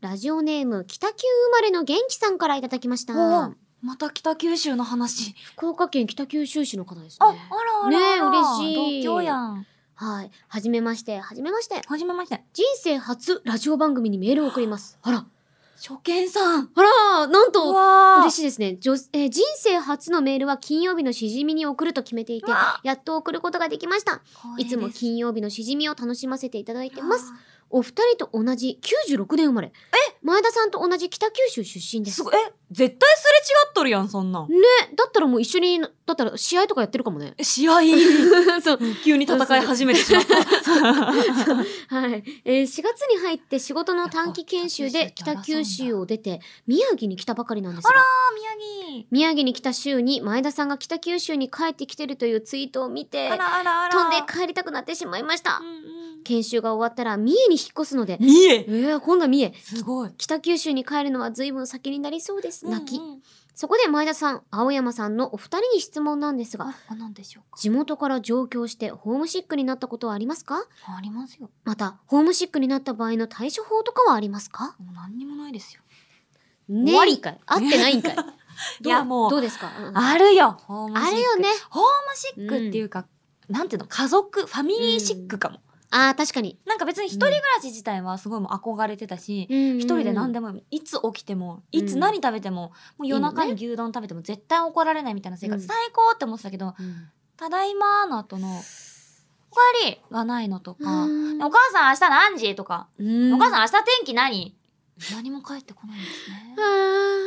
ラジオネーム、北九生まれの元気さんからいただきましおたう。また北九州の話。福岡県北九州市の方ですあ、あね。らあらあら。ねえ嬉しい同居やん。はい。はじめまして、はじめまして。はじめまして。人生初ラジオ番組にメールを送ります。あら、初見さん。あら、なんうとわー嬉しいですね、女えー人生初のメールは金曜日のしじみに送ると決めていてうわ、やっと送ることができました。いつも金曜日のしじみを楽しませていただいてます。。お二人と同じ96年生まれ。前田さんと同じ北九州出身光栄ですす。すごい。え、絶対すれ違っとるやん、そんなん。。ね、だったらもう一緒に、だったら試合とかやってるかもねえ試合、 そう。急に戦い始めてしま った。はい。えー、4月に入って仕事の短期研修で北九州を出て、宮城に来たばかりなんですがあら、宮城。宮城に来た週に前田さんが北九州に帰ってきてるというツイートを見てあ、らあらあら。飛んで帰りたくなってしまいましたう。んうん研修が終わったら三重に引っ越すので、三重えー、今度は三重。すごい。北九州に帰るのは随分先になりそうです。泣き。うんうんそこで前田さん、青山さんのお二人に質問なんですが、ああ、なんでしょうか。地元から上京してホームシックになったことはありますかありますよ。また、ホームシックになった場合の対処法とかはありますかもう何にもないですよ。ね終わりえんかい合ってないんかい いやもうどうですか、うんあるよ。ホームシックあるよね。ホームシックっていうか、なんていうの、家族、ファミリーシックかも。あー、確かに。なんか別に一人暮らし自体はすごいもう憧れてたし、一一人で何ででもいつ起きてもうんいつ何食べても,、もう夜中に牛丼食べても絶対怒られないみたいな生活、うん最高って思ってたけど「ただいま」の後の「おかえり」がないのとか「うんお母さん明日何時?」とか、うんお母さん明日天気何?」何も返ってこないんですね。あ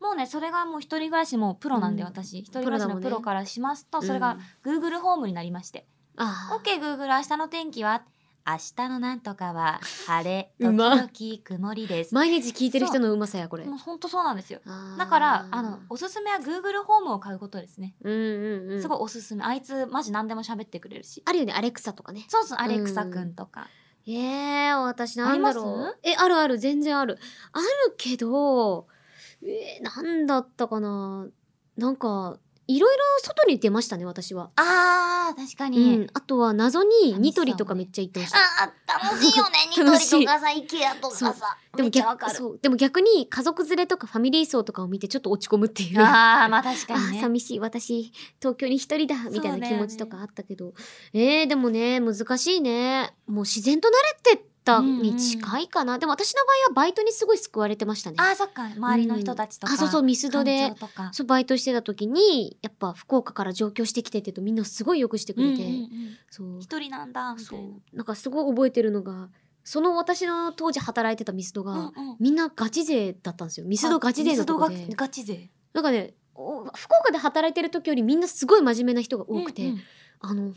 もうねそれがもう一人暮らしもプロなんでうん私、一人ロ暮だもんらねしのプロからしますと、ーそれうがん Google ホームになりまして「あー OKGoogle 明日の天気は?」明日のなんとかは晴れ うま時々曇りです。毎日聞いてる人のうまさや、これも。う本当そうなんですよ。だだからあのおすすめは Google ホームを買うことですね、うんうんうん。すごいおすすめあいつマジ何でも喋ってくれるしあるよね、アレクサとかね。そうそうアレクサくんとか、ええ、私なんだろありまう。え、あるある、全然ある。あるけど、えー、なんだったかな。なんか、いろいろ外に出ましたね、私は。あー確かうに、ん。あとは謎にさニトリとかめっちゃ行ってました。あー楽しいよねニト楽しいリとかさ IKEA とかそうさでめもっちゃわ逆かるそうでも逆に家族連れとかファミリー層とかを見てちょっと落ち込むっていう。あーまあ確あかにね寂しい私東京に一人だみたいな気持ちとかあったけど、えー、でもね難しいねもう自然と慣れてったに近いかな、でも私の場合はバイトにすごい救われてましたねあーそっか周りの人たちとか、あそうそうミスド環で境とかそうバイトしてた時にやっぱ福岡から上京してきてって言うとみんなすごいよくしてくうんうれんて、うんそう一人なんだみたそいうななんかすごい覚えてるのがその私の当時働いてたミスドが、うんうんみんなガチ勢だったんですよミスドガチ勢のとこあミでスドガガチ勢なんかねお福岡で働いてる時よりみんなすごい真面目な人が多くて、うんうんあの本当に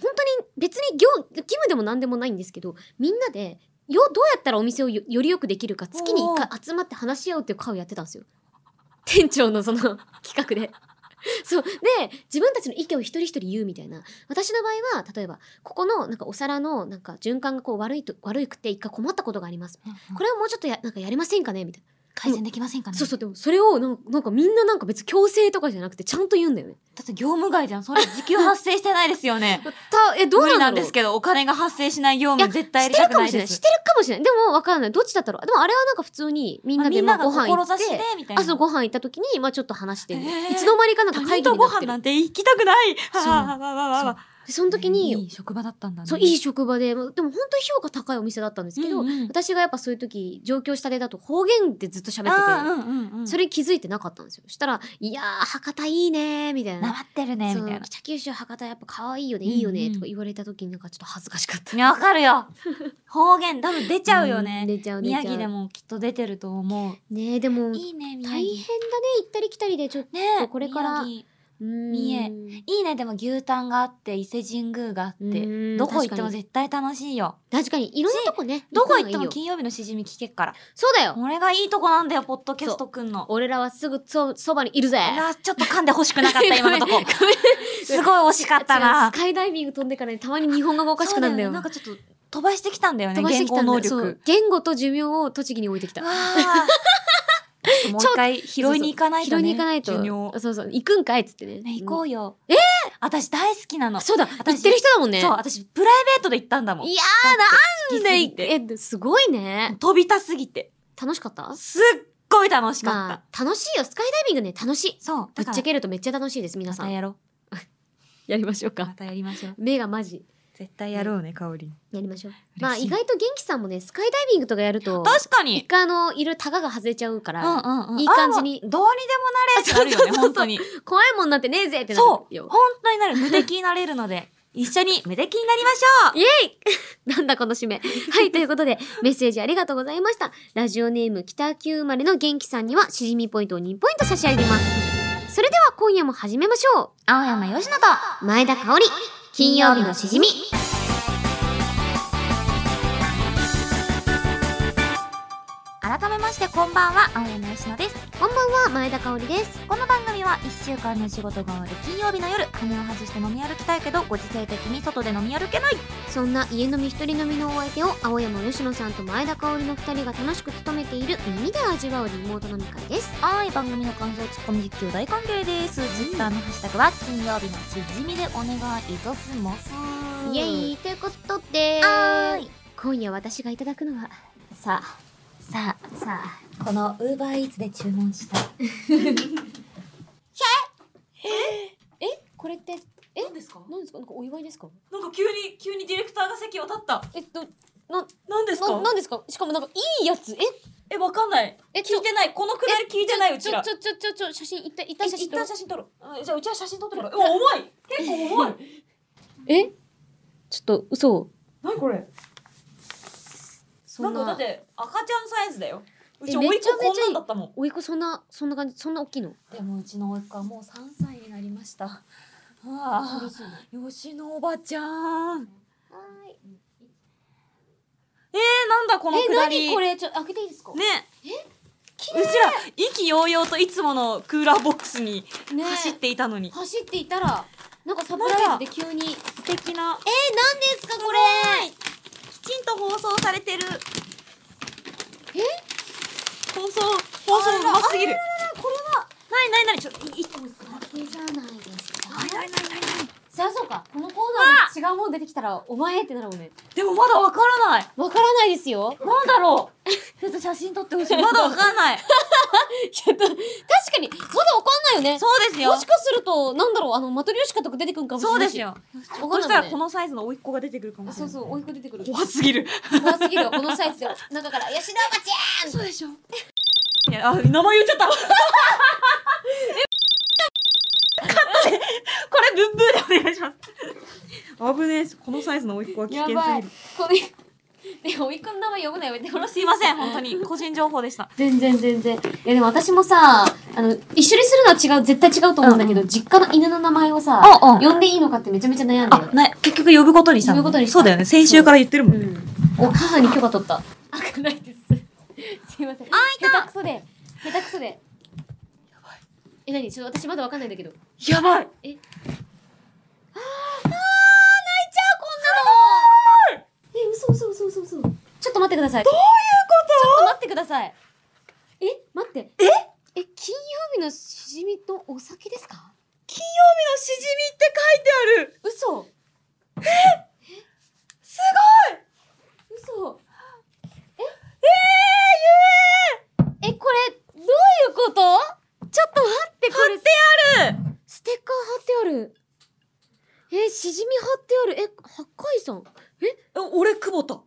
別に業義務でも何でもないんですけどみんなでよどうやったらお店をよよりよくできるか月にお1ー回集まって話し合うっていう会をやってたんですよ店長のその企画で。そうで自分たちの意見を一人一人言うみたいな私の場合は例えばここのなんかお皿のなんか循環がこう悪いと悪くて一回困ったことがありますうんこれをもうちょっとやなんかやりませんかねみたいな改善できませんかねそうそうでもそれをなんかなんかみんななんか別に強制とかじゃなくてちゃんと言うんだよねだって業務外じゃん。それ時給発生してないですよね。たえどう無なんだ理なろんうですけ ど、お金が発生しない業務絶対やしりてたるくかなもいしれなでい。しすて。るかもしれない。でも分からない。どっちだったろう。でもあれはなんか普通にみんまあなみでんまあながご飯行っ志でて、みたいな。あそうご飯行った時にまあちょっと話して、へーいつの間にかなんか他会議人とにごなって飯る。なんて行きたくない。そうはあはあはあはあはあでその時に、いい職場だったんだね。そういい職場ででも本当に評価高いお店だったんですけど、うんうん私がやっぱそういう時上京したてだと方言でずっと喋あってーうんうんうん。て、それに気づいてなかったんですよ。そしたらいやー博多いいねーみたいなな。まってるそねみうたいな。北九州博多やっぱ可愛いよねいいようんねうんとか言われた時になんかちょっと恥ずかしかった。いやわかるよ。方言多分出ちゃうよんね。出ちゃう出ちゃう。宮城でもきっと出てると思う。ねえでもいいね宮大変だね城。行ったり来たりでちょっとねえこれから宮城見えいいねでも牛タンがあって伊勢神宮があって。てどこ行っても絶対楽しいよ。確かにいろんなとこねどこ行っくのがいていもよ金曜日のしじみ聞けっから。そうだよ俺がいいとこなんだよ、ポッドキャストくんの。俺らはすぐそそばにいるぜあちょっと噛んで欲しくなかった、今 のとこ。すごい惜しかった違うな。スカイダイビング飛んでからねたまに日本語がおかしくなるんだよそうなんかちょっと飛ばしてきたんだよね、飛ばして言きた語んだ能よそう力。言語と寿命を栃木に置いてきたわ あちょっともう一回拾いに行かないと拾ね。いに行かないと寿命そうそう行くんかいっつってねね、行こううよ。え私大好きなの。んそうだ行私ってる人だもんねそう、私プライベートで行ったんだもん。いやだってー好なきんすでぎてえすごいね飛びたすぎて。楽しかったすっごい楽しかった。まあ、楽しいよ。スカイダイビングね、楽しい。そう。ぶっだからちゃけるとめっちゃ楽しいです、皆まさたん。やろう。やりましょうま。たやりましょう。目がマジ。絶対やろうね、かおりん。やりましょう。いまあ、意外と元気さんもね、スカイダイビングとかやると、確か一に。回あの、いるタガが外れちゃうかうんら、うんうん。いい感じにあもうどうにでもなれってそうそうなるよね、そうそう本当に。怖いもんなんてねえぜってなそるう。よ。本当になる。無敵になれる ので、一緒に無敵になりましょうイエ イなんだこの締め。はい、ということで、メッセージありがとうございました。ラジオネーム北九生まれの元気さんには、しじみポイントを2ポイント差し上げます。それでは今夜も始めましょ青山よしと、う。前田香織、金曜日のしじみ。改めましてこんばんは、青山よしです。こんばんは、前田香織です。この番組は1週間の仕事が終わる金曜日の夜羽を外して飲み歩きたいけどご時世的に外で飲み歩けないそんな家飲み一人飲みのお相手を青山吉野さんと前田香織の2人が楽しく務めている耳で味わうリモート飲み会ですはい番組の感想ツッコミ実況大歓迎ですツイッターのハッシュタグは金曜日のしじみでお願いいたしますイエイということではーい今夜私がいただくのはさあさあさあこのウーバーイーツで注文したえこれってえ何ですか何ですかなんかお祝いですかなんか急に急にディレクターが席を立ったえっとな何でななんですかしかもなんかいいやつええわかんないえちょてないこのくえちょえちょちょちょちょ写真一旦一旦写真撮ろう写真撮ろうじゃあうちは写真撮ってからうわ重い結構重い えちょっと嘘を何これそんなて赤ちゃんサイズだよえうめちゃめちゃったもおいこそんなそんな感じそんな大きいのんでもうちの甥っ子はもう3歳になりましたああ吉野おばちゃはんいえー、なんだこのえくだり何これちょ開けていいですかねうちら意気揚々といつものクーラーボックスにねえ走っていたのに、走っていたらなんかサプライズで急にえー、何で素敵なすかこれきちんと放送されてるえ放送放送うますぎるこれはなになになにちょっといいい酒じゃないですかなになになになにじゃあそうかこのコーナーで違うもん出てきたらお前ってなるもんねでもまだわからないわからないですよなんだろ うちょっと写真撮ってほしまだわいかんないちょっと確かにまだわかんないよねそうですよもしかするとなんだろうあのマトリョーシカとか出てくるかもしれそうなでいすよわそかんなしたいもらこんねのサイズの甥っ子が出てくるかもあしそうれなそいうおいっ子出てくる怖すぎる怖すぎるわこのサイズで中から吉田おばちゃんそうでしょいやあ名前言っちゃったえカットでこれブンブンでお願いします危ねえこのサイズの甥っ子は危や険すばぎいるこれねおいっ子の名前呼ぶのやめてほらすいません本当に個人情報でした全然全然。いやでも私もさ、あの、一緒にするのは違う、絶対違うと思うんだけど、実家の犬の名前をさ、あ呼んでいいのかってめちゃめちゃ悩んあで。な結局呼ぶことにしたの呼ぶことにしたそうだよね先週から言ってるもんうねん。お、母に許可取った。開かないです。 すいません。あ、いた下手くそで、下手くそで。やばい。え、なにちょっと私まだわかんないんだけど。やばいえ泣いちゃうこんなのえ、嘘嘘嘘嘘嘘。ちょっと待ってください。ちょどういうことっと待ってください。え、待って。ええ、金曜日のしじみとお酒ですか金曜日のしじみって書いてある嘘すごい嘘えええ、これ、どういうことちょっと待って、これ、ゆえ貼ってあるステッカー貼ってある。え、しじみ貼ってある。え、八海さん。え俺久保田違う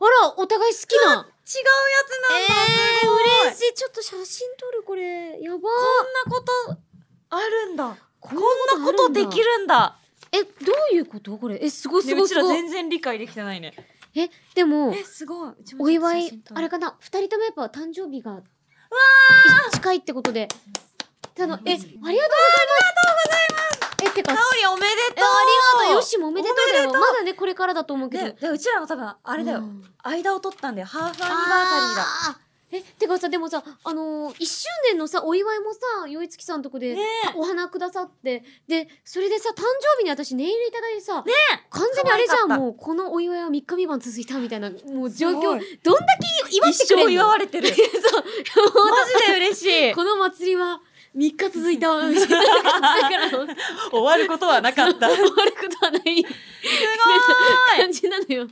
あら、お互い好きな。やつなんだ、えすごいー、嬉しい。ちょっと写真撮る、これ。やばこんなことあるんだここんなことでき。るんだえ、どういうことこれ。え、すごいすねごういちすらごい。全然理解できてないねえ、でも、すごいお祝い、あれかな、二人ともやっぱ誕生日が、わ近いってことで。あの、え、ありがとうございます。ありがとうございます。え、てか、かおりおめでえとうありがとうよしもおめでとうだおめでよとうまだねこれからだと思うけど、ねでうちらの多分ああれだよ、間を取ったんだよハーフアニバーサリえーだてかさでもさあのー、1周年のさお祝いもさよいつきさんとこで、ねえお花くださってでそれでさ誕生日に私ネイルいただいてさ、ね完全にあれじ可愛かゃったんもうこのお祝いは3日3晩続いたみたいなもう状況すどごんだいけ祝って一くれ生ん祝のわれてるマジ で嬉しいこの祭りは3日続いた みたいな感じだから 終わることはなかったす終わることはない ごい感じなのよ。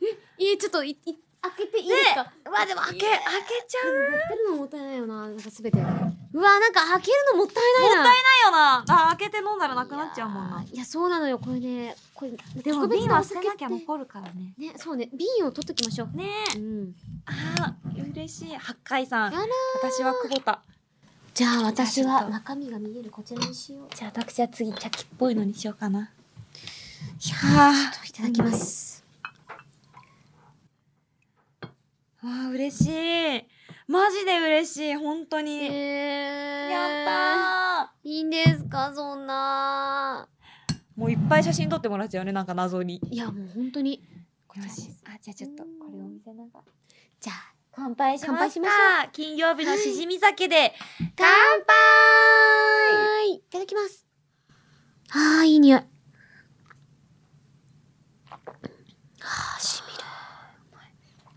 え、いえ、ちょっとい、い、開けていいですか、まあでも開け開けちゃうよやってるのもったいないよな、なんかすべて。うわ、なんか開けるのもったいないな。なあ開けて飲んだらなくなっちゃうもんないやー。いや、そうなのよ、これね、これ、でも特別瓶なはお捨酒てなきゃって残るからねね、そうね、瓶を取っときましょう。ねうえん。あー嬉しい八海やさんらー私は久保田じゃあ、私じゃあはちょっと中身が見えるこちらにしよう。じゃあ私は次茶器っぽいのにしようかないやあー、ちょっといただきます。あー嬉しいマジで嬉しい本当に、えー、やったいいんですか、そんな。ーもういっぱい写真撮ってもらっちゃうねなんか謎にいや、もう本当に。こちよらですしあじゃあちょっとこれを見せながらじゃあ、乾杯しますか乾杯しまし金曜日のしじみ酒で乾杯いただきます。あー、いい匂い。あー、しみる。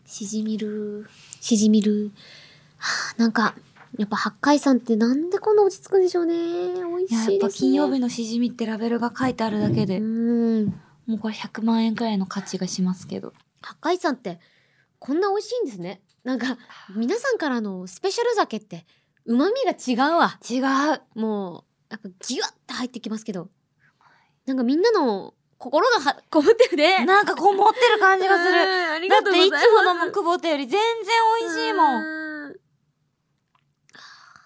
しじみるしじみる。はあなんか、やっぱ八海山ってなんでこんな落ち着くんでしょうね。美味しいです、やね。っぱ金曜日のしじみってラベルが書いてあるだけで、うん。もうこれ100万円くらいの価値がしますけど八海山ってこんな美味しいんですね。なん か、皆さんからのスペシャル酒って旨味が違うわ。違うもう、やっぱギュワッて入ってきますけど。なんかみんなの心がはこぶってるね。 なんかこう持ってる感じがするうんありがだっとてうございいます。つもの木ボテより全然美味しいもん。ん。は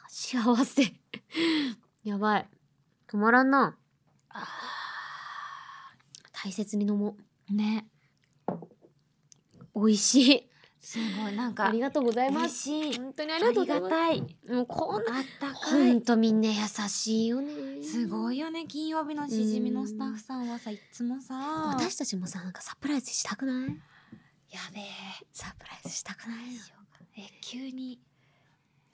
あ幸せ。やばい。止まらんな。大切に飲もね。う。美味しい。すごい、なんあかり、がとうござい美ま味す。しい。本当にあありがとうりございがます。たい。もうこんな、あったかほんい。とみんな優しいよね。すごい。いよね、金曜日のしじみのスタッフさんはさ、いつもさ。私たちもさ、なんかサプライズしたくないやべえ。サプライズしたくないよ。え、急に、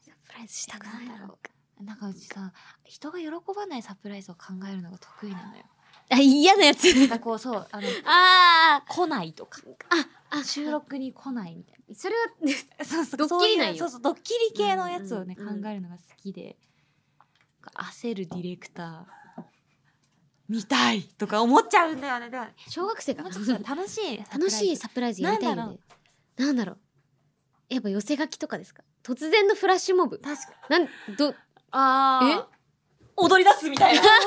サプライズしたくないえなんのだろなんかうちさ、人が喜ばないサプライズを考えるのが得意なのよ。あ、嫌なやつ。なんかこう、そう、あの、ああ。来ないとか。あ、あ、収。録に来ないみたいそれは、な。そうそうドッキリなんよそういうそうそう、ドッキリ系のやつをね、うんうんうん考えるのが好きで。焦るディレクター。見たいとか思っちゃうんだよね。だから小学生かもなうちょっと楽しい。 楽しいササプライズやりたいなんよだろね。なんだろう。やっぱ寄せ書きとかですか突然のフラッシュモブプ。ライズ。確かに。なん、ど、ああ。え踊り出すみ た いな。確か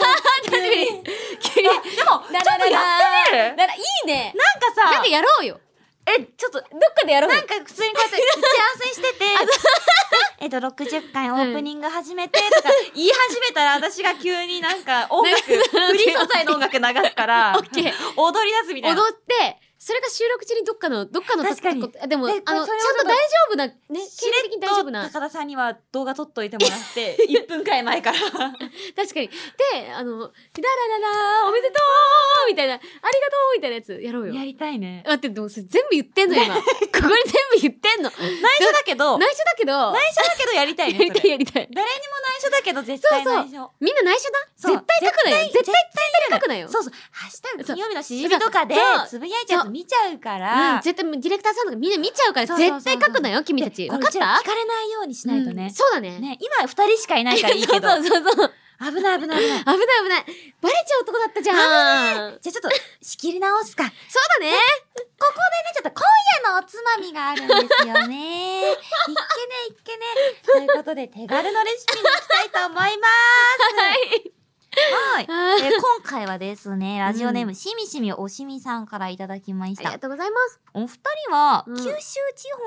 に。でも、ち急にょっとやってみるなんだかからいいねなんさか、やろうよえ、ちょっと、どっかでやろうなよんか普通にこうやって打 ち合わせしてて、 えっと、60回オープニング始めてとか言い始めたら私が急になん か音楽、フリー素材の音楽流すからオ、ッケー踊り出すみた踊いな。って、それが収録中にどっかの、どっかのと確かにとこあでも、あえの、ちゃんそれとはちょっと大丈夫な、ね、経し済的に大丈夫れっな。と高田さんには動画撮っといても らって、1分くらい前から。確かに。で、あの、ララララおめでとうみたいな、ありがとうみたいなやつやろうよ。やりたいね。待って、でもそれ全部言ってんの今。 ここに全部言ってんの。内緒だけど、内内緒だけど、緒だけどやりたいやね。それりたいやりたい。誰にも内緒だけど絶対そうそう内緒。みんな内緒そうだ絶対書くなよ絶対書くなよそうそう。ハッシュタグそう金曜日のしじみとかでそうつぶやいちゃうと見ちゃうかうんら。絶対ディレクターさんとかみんな見ちゃうからそうそうそう絶対書くなよ君たちで分かっこたれうちら聞かれないようにしないとうんね。そうだねね、今二人しかいないからいいけど。そうそうそう危ない 危ない危ない。危ない危ないバレちゃう男だったじゃんそうじゃあちょっと仕切り直すか。ね、だねちょっと今夜のおつまみがあるんですよね。い っけねいっけね。ということで手軽のレシピに行きたいと思います。はい。あーえー今回はですね、ラジオネーうムしみしみおしみさんからいただきましありたが。とうございますお二人は、うん九州地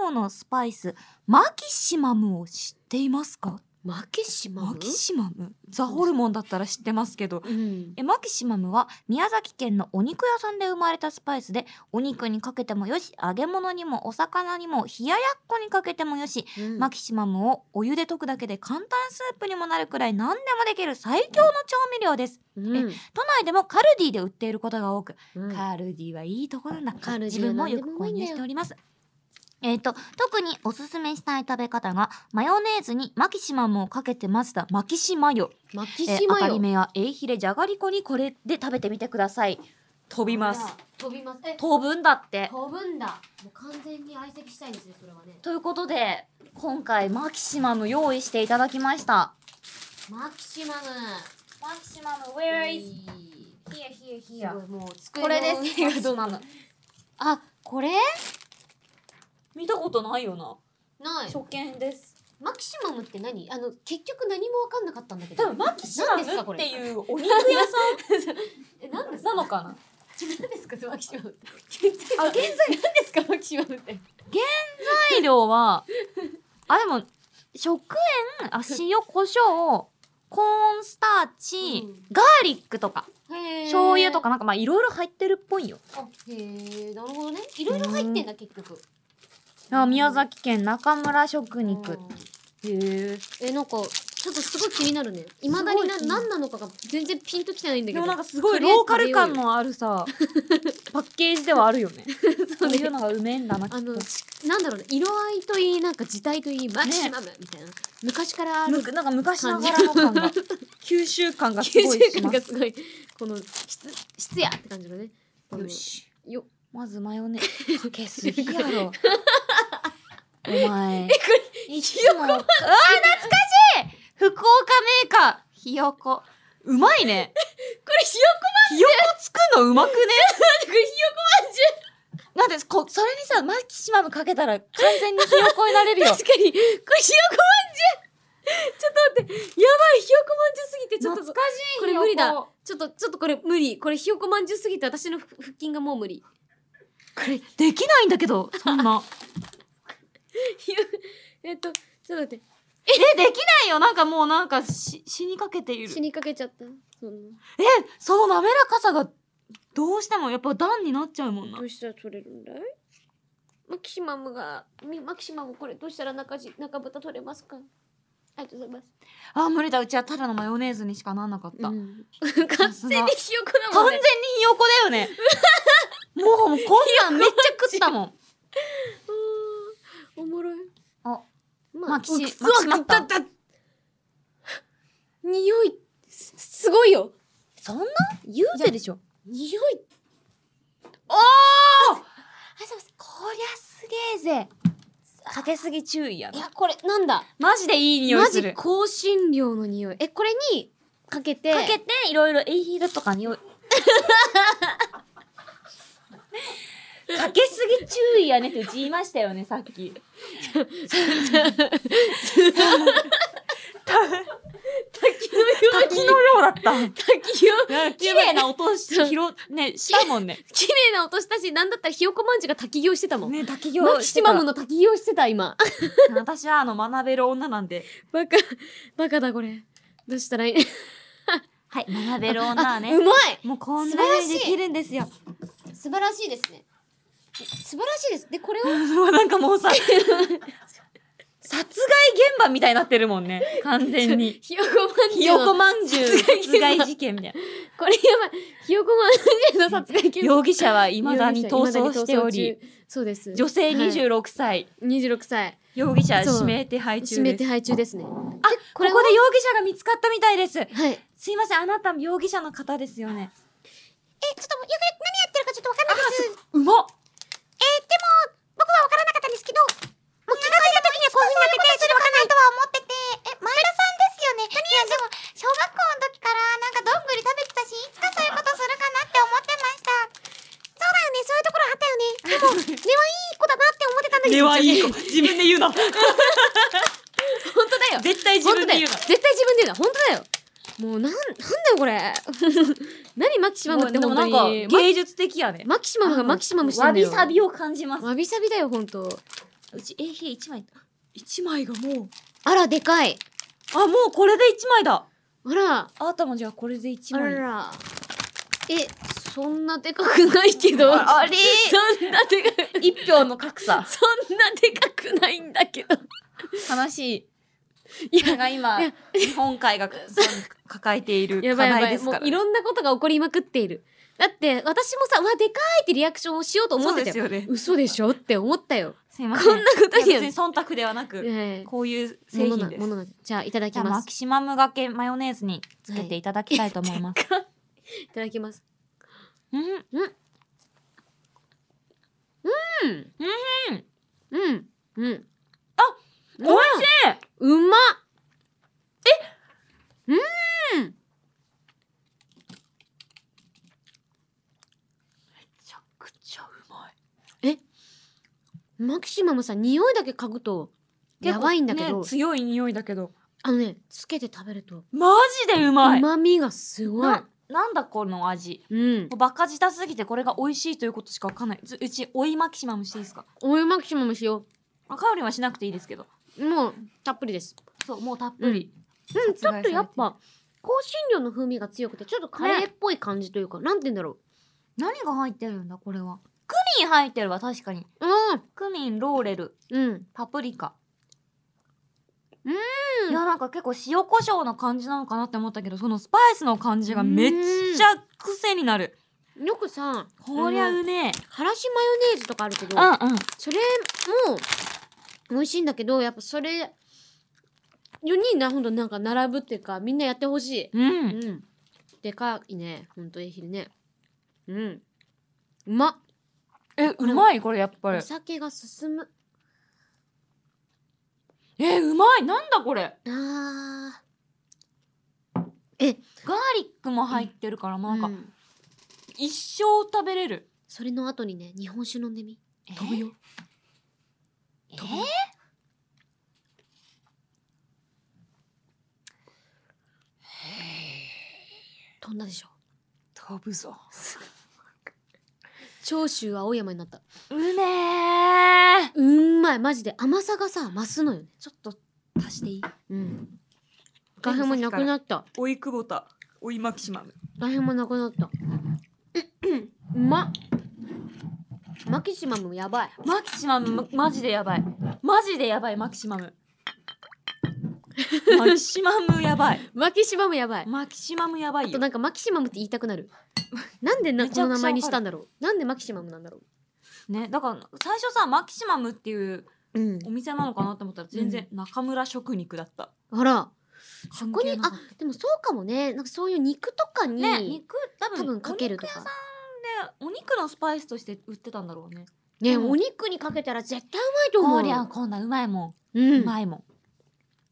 方のスパイスマキシマムを知っていますかマキシママムキシマムザホルモンだったら知ってますけどうんえマキシマムは宮崎県のお肉屋さんで生まれたスパイスでお肉にかけてもよし揚げ物にもお魚にも冷ややっこにかけてもよしうんマキシマムをお湯で溶くだけで簡単スープにもなるくらい何でもできる最強の調味料ですうん都内でもカルディで売っていることが多くうんカルディはいいところなんカだ。ルディは自分もよく購入しております。えっ、と、特におすすめしたい食べ方が、マヨネーズにマキシマムをかけて混ぜたマキシマヨ。マキえーシ当マたより目やエイヒレ、じゃがりこにこれで食べてみてください。飛びます。飛びますえ飛ぶんだって。飛ぶんだもう完全に相席したいんですねそれはねということで、今回マキシマム用意していただきました。マキシマムマキシマム、す here, here, ごいもう机の これです。マキシマムあ、これ見たことないよな。ない初見です。マキシマムって何あの結局何も分かんなかったんだけど多分マキシマム何ですかこっれていうお肉屋さ え何ですんなのかな。何ですかマキシマムってあ現在何ですかマキシマムって材料は、 あ、でも、食塩、 あ、塩、胡椒、コーンスターチ、うんガーリックとか、醤油とかなんかまあいろいろ入ってるっぽいよ。あへえなるほどねいろいろ入ってんだ結局あ宮崎県中村食肉。うんへえ。えなんかちょっとすごい気になるねいまだになすごい気になる何なのかが全然ピンときてないんだけでどもなんかすごいとりあえずローカル感のある さ、パッケージではあるよね。そ そううねいうのがうめえんだな。きっあのとしなんだろうね色合いといいなんか時代といいマキシマムみたいな、昔からあるむくなんか昔ながらの感が、九州感がす90ごいし感まがす。すごいこの質質やって感じのねこのよし。よまずマヨネーズかけすぎやろ。お前。いつも。うわ、懐かしい福岡メーカー、ひよこ。うまいね。これひよひよこつくのうまくね。これひよなんで、こ、それにさ、マキシマムかけたら完全にひよこになれ るよ。確かにこれひよこまんじゅうちょっと待ってやばいひよこまんじゅうすぎてちょっと懐かしいこれ無理だひよこちょっとちょっとこれ無理これひよこまんじゅうすぎて私の腹腹筋がもう無 理これできないんだけど、そん な。ひよえっとちょっと待ってえ、できないよ。なんかもうなんかし、死にかけている死。にかけちゃったそんなえ、その滑らかさが、どうしてもやっぱ段になっちゃうもんなど。うしたら取れるんだいマキシマムがみマキシマムこれどうしたら中じ中豚取れますかありがとうございますあー無理だうちはただのマヨネーズにしかなんなかった、うん、 完全にひよこだ完もん全ねにひよこだよね もうこんなんめっちゃ食ったもんうーんおもろいあまマキシうっマキシマムうわだだ匂いすすごいよそんな言うてでしょ匂いおおあすいませんこりゃすげえぜかけすぎ注意やいやこれなんだマジでいい匂いマすジるか香辛料の匂いえこれにかけてけていろいろエイヒーだとか匂いかけすぎ注意やねってうち言いましたよねさっき滝のように滝のようだった滝よ 綺麗な音をし拾うねしたもんね。 綺麗な音したしなんだったらひよこまんじゅうが滝行してたもん、ね滝マキシマムの滝行してた今私はあの学べる女なんで。 バカバカだこれどうしたらいいはい学べる女は あうね。まいもうこんな風にできるんですよ。素晴らしいですね素晴らしいですでこれをなんかもうさ 殺害現場みたいになってるもんね完全 に。ひよこまんひじゅうよこのまんじゅう殺害事件みたいな。これやばいひよこまんじゅうの殺害現場 容疑者は未だに逃走してお未だに逃り走、中そうです女性はい26歳、 26歳容疑者そう指名手配中指名で手す。配中ですねあ、ここれれはここで容疑者が見つかったみたいです。はいすいません、あなた容疑者の方ですよね。え、ちょっとよく何やってるかちょっとわかんないです。うまっえーでも、僕はわからなかったんですけど、もう気がついた時にはこういうふうになってて、それわかんないとは思ってて、え、前田さんですよね。いや、でも、小学校の時からなんかどんぐり食べてたし、いつかそういうことするかなって思ってました。そうだよね、そういうところあったよね。でも、根はいい子だなって思ってたんだけど。根はいい子。 自分で言うな。本当だよ。絶対自本当分だでよ。言絶対自分で言うな。本当だよ。もうなん、なんだよこれ。 何マキシマうムな。ってでも本な当んかに。芸術的やね。マキシマムがマキシマムしてわんだびよ。さびを感じます。わびさびだよ、本当うち A 品一枚。一枚がもう。あら、でかい。あもうこれで一枚だ。あら、あなたもじゃあこれで一あら枚。ら。え、そんなでかくないけど。 ああれそんなでかく、一票の格差。そんなでかくないんだけど。悲しいい。それや、が今いや日本海がそう抱えている や課ばいやば題い。ですもからうい。ろんなことが起こりまくっている。だって、私もさ、うわ、でかいってリアクションをしようと思そってうでたすよ。よね。嘘でしょって思ったよ。すいまこせ。んなんこといにやは別に。忖度ではなく、ええこういう製もの品なでもす。のなじゃあいただきじゃあまマすキシマムがけマヨネーズにつけていただきたいと思います。いただきますうん。うん。うんうんうんあ美味しいうまっめちゃくちゃうまい。マキシマムさん匂いだけ嗅ぐと結や構ばいんだけど、ね強い匂いだけどあのねつけて食べるとマジでうまい、旨味がすごいななんだこの味うんもうバカ舌すぎてこれが美味しいということしかわかんないずうち追いマキシマムしていいですかお湯マキシマムしよあカオリンはしなくていいですけどうもうたっぷりですそうもうたっぷり、うん殺害ちょっとやっさぱ香辛料の風味が強くてちょっとカレーっぽい感じというか、なんて言うんだろ何が入ってるんだこれはクミン入ってるわ確かにううんクミンローレルうんパプリカうーんいやなんか結構塩コショウの感じなのかなって思ったけどそのスパイスの感じがめっちゃ癖になるよくさこりゃあのうめえからしマヨネーズとかあるけどうんうんそれも美味しいんだけどやっぱそれ4人なほんとなんか並ぶっていうかみんなやってほしうい、んうん、でかいねほんとえひるねうんうまっえうまいこれやっぱおり酒が進むえうまいなんだこれあガーリックも入ってるからーもうなんうかん一生食べれるそれの後にね日本酒飲んでみ飛ぶよえ飛ぶよ飛んだでしょ飛ぶぞ長州青山になったうめえうんまいマジで甘さがさ増すのよねちょっと足していいうん大変もなくなったおいくぼたおいマキシマム大変もなくなったうんうんうまっマキシマムやばいマキシマムまマジでやばいマジでやばいマキシマムマキシマムやばいマキシマムやばい マキシマムやばあいとよなんかマキシマムって言いたくなるなんでなめこちゃのくちゃ名前にしたんだろうなんでマキシマムなんだろねだから最初さマキシマムっていうううんお店なのかなと思ったら全然中村食肉だった、あらそここにあでもそうかもねなんかそういう肉とかに、ね肉多分多分かけるとかお肉屋さんでお肉のスパイスとして売ってたんだろうねね、うんお肉にかけたら絶対うまいと思うこりゃこんなうまいも、うんうんまいもん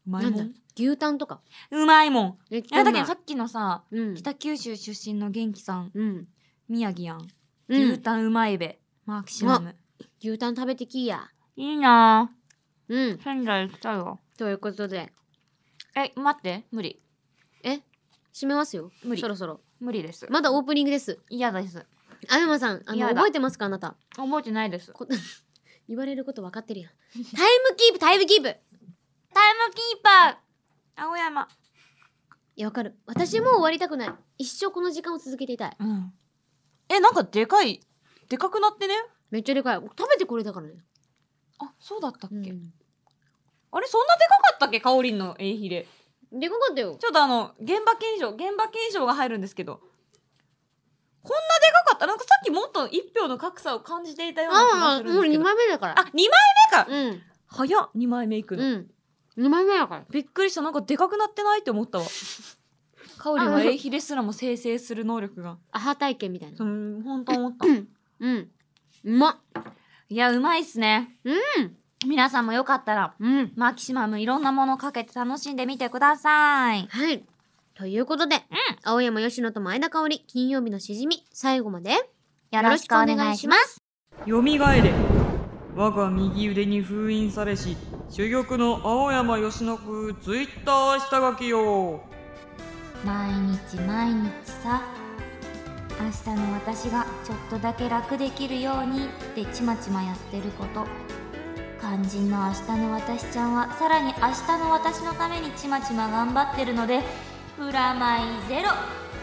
うまいなんもだん牛タンとかうまいもんえいやだけどさっきのさうん北九州出身の元気さんうん宮城やんう牛ん、タンうまいべ、マキシマム牛タン食べてきいやいいなうんぁ仙台行きたいわということでえ待って無理え閉めますよ無理そろそろ無理ですまだオープニングです嫌です青山さんあのやだ覚えてますかあなた覚えてないですこ言われること分かって るやんタイムキープタイムキープいタイムキーパー青山やわかる私もう終わりたくない一生この時間を続けていたいうんえなんかでかいでかくなってねめっちゃでかい食べてこれだからね、あそうだったっうけ、ん、あれそんなでかかったっけかおりんのエイヒレでかかったよちょっとあの現場検証現場検証が入るんですけどこんなでかかったなんかさっきもっと一票の格差を感じていたような気があすあるんもうですけ2ど枚目だからあ二枚目かうん早っ2枚目いくの、うん2枚目だからびっくりしたなんかでかくなってないって思 ったわカオリンはエイヒレすらも生成する能力がアハ体験みたいなうん本当思ったうんうまっいやうまいっすねうん皆さんもよかったらうんマキシマムいろんなものかけて楽しんでみてくださいはいということで、青山佳乃と前田香織金曜日のしじみ最後までよろしくお願いしますよみがえれ我が右腕に封印されし珠玉の青山由伸ツイッター下書きよ毎日毎日さ明日の私がちょっとだけ楽できるようにってちまちまやってること肝心の明日の私ちゃんはさらに明日の私のためにちまちま頑張ってるのでプラマイゼロ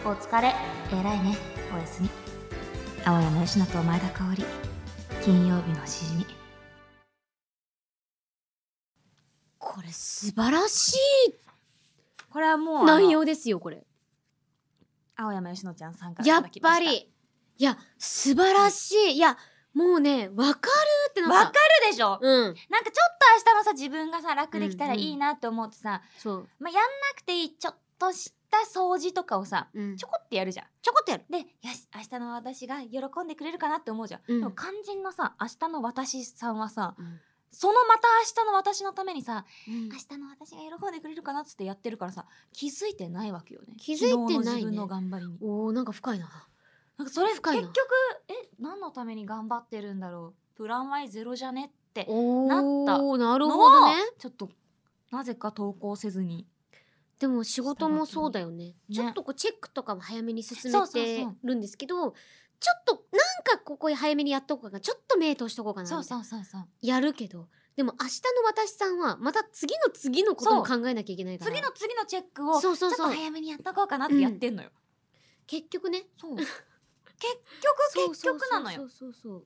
お疲れ偉いねおやすみ青山佳乃と前田香織金曜日のしじみこれ素晴らしこれはもい内容ですよこれ青山佳乃ちゃんさんかやっぱりいや素晴らしいいやもうねわかるってなわっかたるでしょうんなんかちょっと明日のさ自分がさ楽できたらいいなって思ってさ、そう、まあ、やんなくていいちょっとした掃除とかをさうん、ちちょょこってやるじゃん。ちょこっとやるでよし明日の私が喜んでくれるかなって思うじゃん。うんでも肝心のさ明日の私さんはさうんそのまた明日の私のためにさ明日の私が喜んでくれるかなっつってやってるからさ気づいてないわけよね。気づいてないね昨日の自分の頑張りに。おーなんか深いななんかそれ結深い局なえ何のために頑張ってるんだろうプランワイゼロじゃねっっておーなるのほをどねちょっとなぜか投稿せずにでも仕事もそうだよねねちょっとこうチェックとかも早めに進そうめそうてそうるんですけどちょっとなんかここ早めにやっとこうかなちょっと目通しとこうかなみたいなうそうそうやるけどでも明日の私さんはまた次の次のことも考えなきゃいけないから次の次のチェックをちょそうそうっとそう早めにやっとこうかなってやってんのよ、結局ねそう結局結局なのそようそうそうそうそう、うん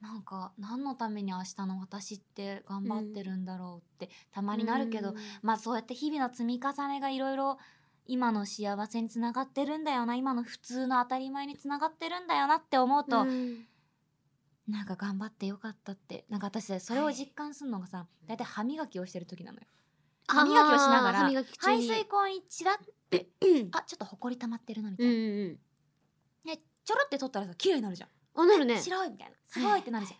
なんか何のために明日の私って頑張ってるんだろうってたまになるけど、うんまあそうやって日々の積み重ねがいろいろ今の幸せにつながってるんだよな今の普通の当たり前につながってるんだよなって思うと、うんなんか頑張ってよかったってなんか私それを実感するのがさ、大体歯磨きをしてる時なのよ歯磨きをしながらあー歯磨き中排に水口にちらっうんあちょっとほこり溜まってるなみたういんな、うんねちょろって取ったらさ綺麗になるじゃんあなるね白いみたいなすごいってなるじゃん、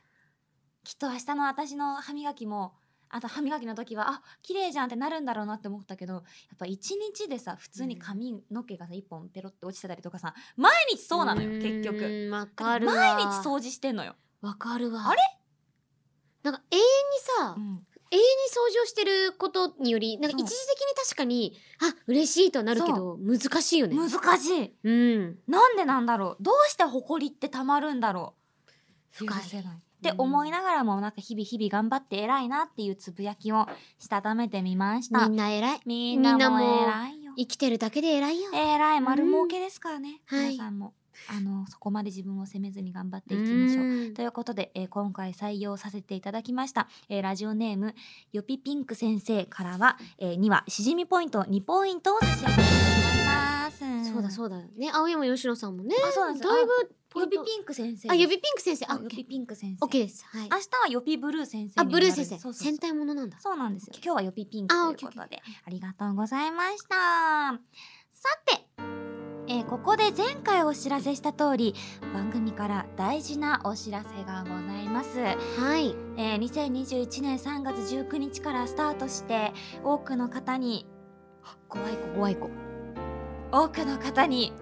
きっと明日の私の歯磨きもあと歯磨きの時はあ綺麗じゃんってなるんだろうなって思ったけどやっぱ一日でさ普通に髪の毛がさ一本ペロって落ちてたりとかさ毎日そうなのよん結局わだかからるわ毎日掃除してんのよ、わかるわあれなんか永遠にさ、うん永遠に掃除をしてることによりなんかそう一時的に確かにあ嬉しいとはなるけど難しいよね難しいうんなんでなんだろうどうして埃ってたまるんだろう深い許せないって思いながらもなんか日々日々頑張って偉いなっていうつぶやきをしたためてみましたみんな偉いみんなみもんなも偉いよ生きてるだけで偉いよ偉い丸儲けですからね、うんはい皆さんもあのそこまで自分を責めずに頑張っていきましょう。んということで、えー今回採用させていただきました、えーラジオネームよぴピンク先生からは、えー、にはしじみポイント2ポイントを差し上げております。そうだそうだね青山吉野さんもねあそうなんですだいぶポイよンぴトピンク先生。あ指ピンク先生ああよぴピンク先生。オッケーですはい明日はよぴブルー先生あブになルるーんで先す生そうそうそう戦隊ものなんだそうなんですよ。今日はよぴピンクあオといッうケーことで、ありがとうございました。さて、えーここで前回お知らせした通り、番組から大事なお知らせがございます。はいえー2021年3月19日からスタートして、多くの方に、ご愛顧ご愛顧多くの方に、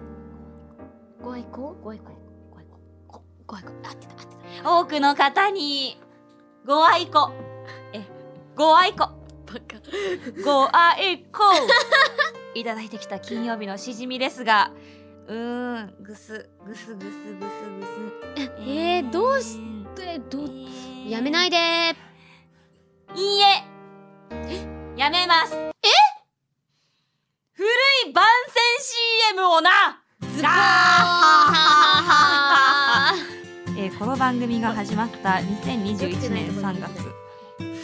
ご愛顧ご愛顧ご愛顧ごご愛顧あってたあってた多くの方に、ご愛顧。え、ご愛顧。バカご愛 顧いただいてきた金曜日のしじみですがうーんぐすぐすぐすぐすぐすえーどうしえでどーやめないい でーいえやめますえ古い番宣 CM をなずらー、えーこの番組が始まった2021年3月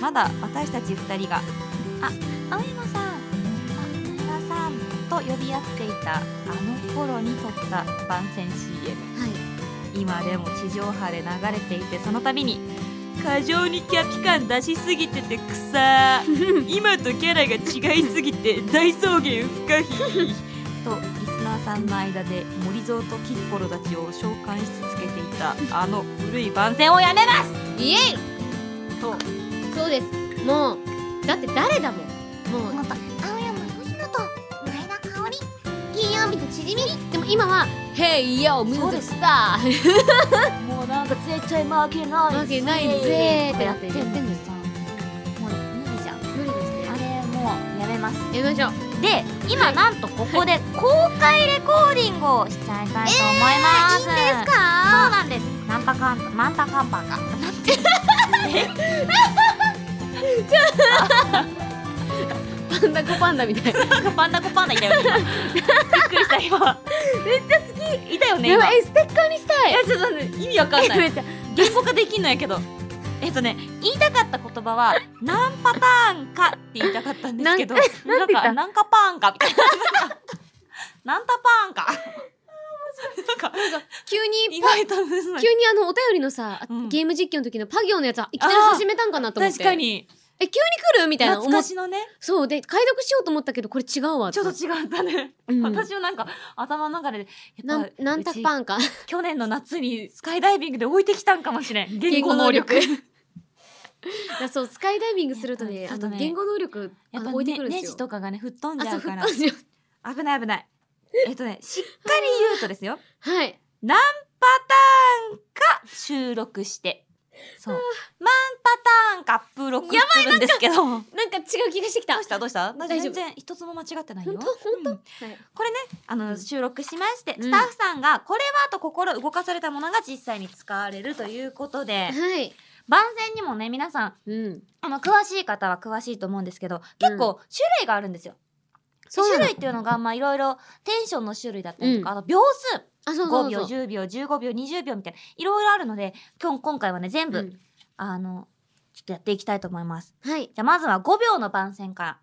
まだ私たち2人が「あ青山さんあ青山さん」と呼び合っていたあの頃に撮った番宣 CM はい今でも地上波で流れていてその度に「過剰にキャピ感出しすぎててく さー今とキャラが違いすぎて大草原不可避」 とリスナーさんの間で森蔵とキッコロたちを召喚し続けていたあの古い番宣をやめますイエとイそうですもうだって誰だもんもうまた青山吉野と前田香織金曜日の縮みでも今は「ヘイヨームそうーでズすスターもうなんか絶対負けない負けないぜーってなってやってんのにさもう無理じゃん」無理ですあねれもうやめますやめましょうで今なんとここで公開レコーディングをしちゃいたいと思います、いいんですかそうなんですなんたかんたマンタカンパか パンダコパンダみたいななんかパンダコパンダいたよね今びっくりした今めっちゃ好きいたよ ねや今ばいえステッカーにしたいいやちょっとね意味わかんない えめっちゃ言語化できんのやけどえっとね言いたかった言葉は何パターンかって言いたかったんですけどなんなんて言っかた何かパーンかみたいな何たパーンかなんか急に意パ外とむずい急にあのお便りのさ、あうんゲーム実況の時のパ行のやつはいきなりあー始めたんかなと思っ確てかにえ急に来るみたいな懐思かっしのねそうで解読しようと思ったけどこれ違うわちょっと違ったね、うん私はなんか頭の中でやなっんなんたぱうちパンか去年の夏にスカイダイビングで置いてきたんかもしれ ん言語能力言 いやそうスカイダイビングするとねやっぱあちょっとのね言語能力あやっのぱ、置いてくね、るんネですジよとかがね吹っ飛んじあゃそうう吹かっら飛んじゃう危ない危ないえっとねしっかり言うとですよはい何パターンか収録してそう。マンパターンがアップロックするんですけど。どなんか違う気がしてきたうしたどうした大丈夫全然一つも間違ってないよ。本当本うんはいこれね、あの、収録しまして、うんスタッフさんが、これはと心動かされたものが実際に使われるということで、はい番宣にもね、皆さん、うんあの、詳しい方は詳しいと思うんですけど、結構種類があるんですよ。な種の類っていうのが、まあ、いろいろ、テンションの種類だったりとか、うあと、秒数、あそうそう5秒、そう10秒、15秒、20秒みたいな、いろいろあるので、今日、今回はね、全部、うんあの、ちょっとやっていきたいと思います。はいじゃあ、まずは5秒の番宣から、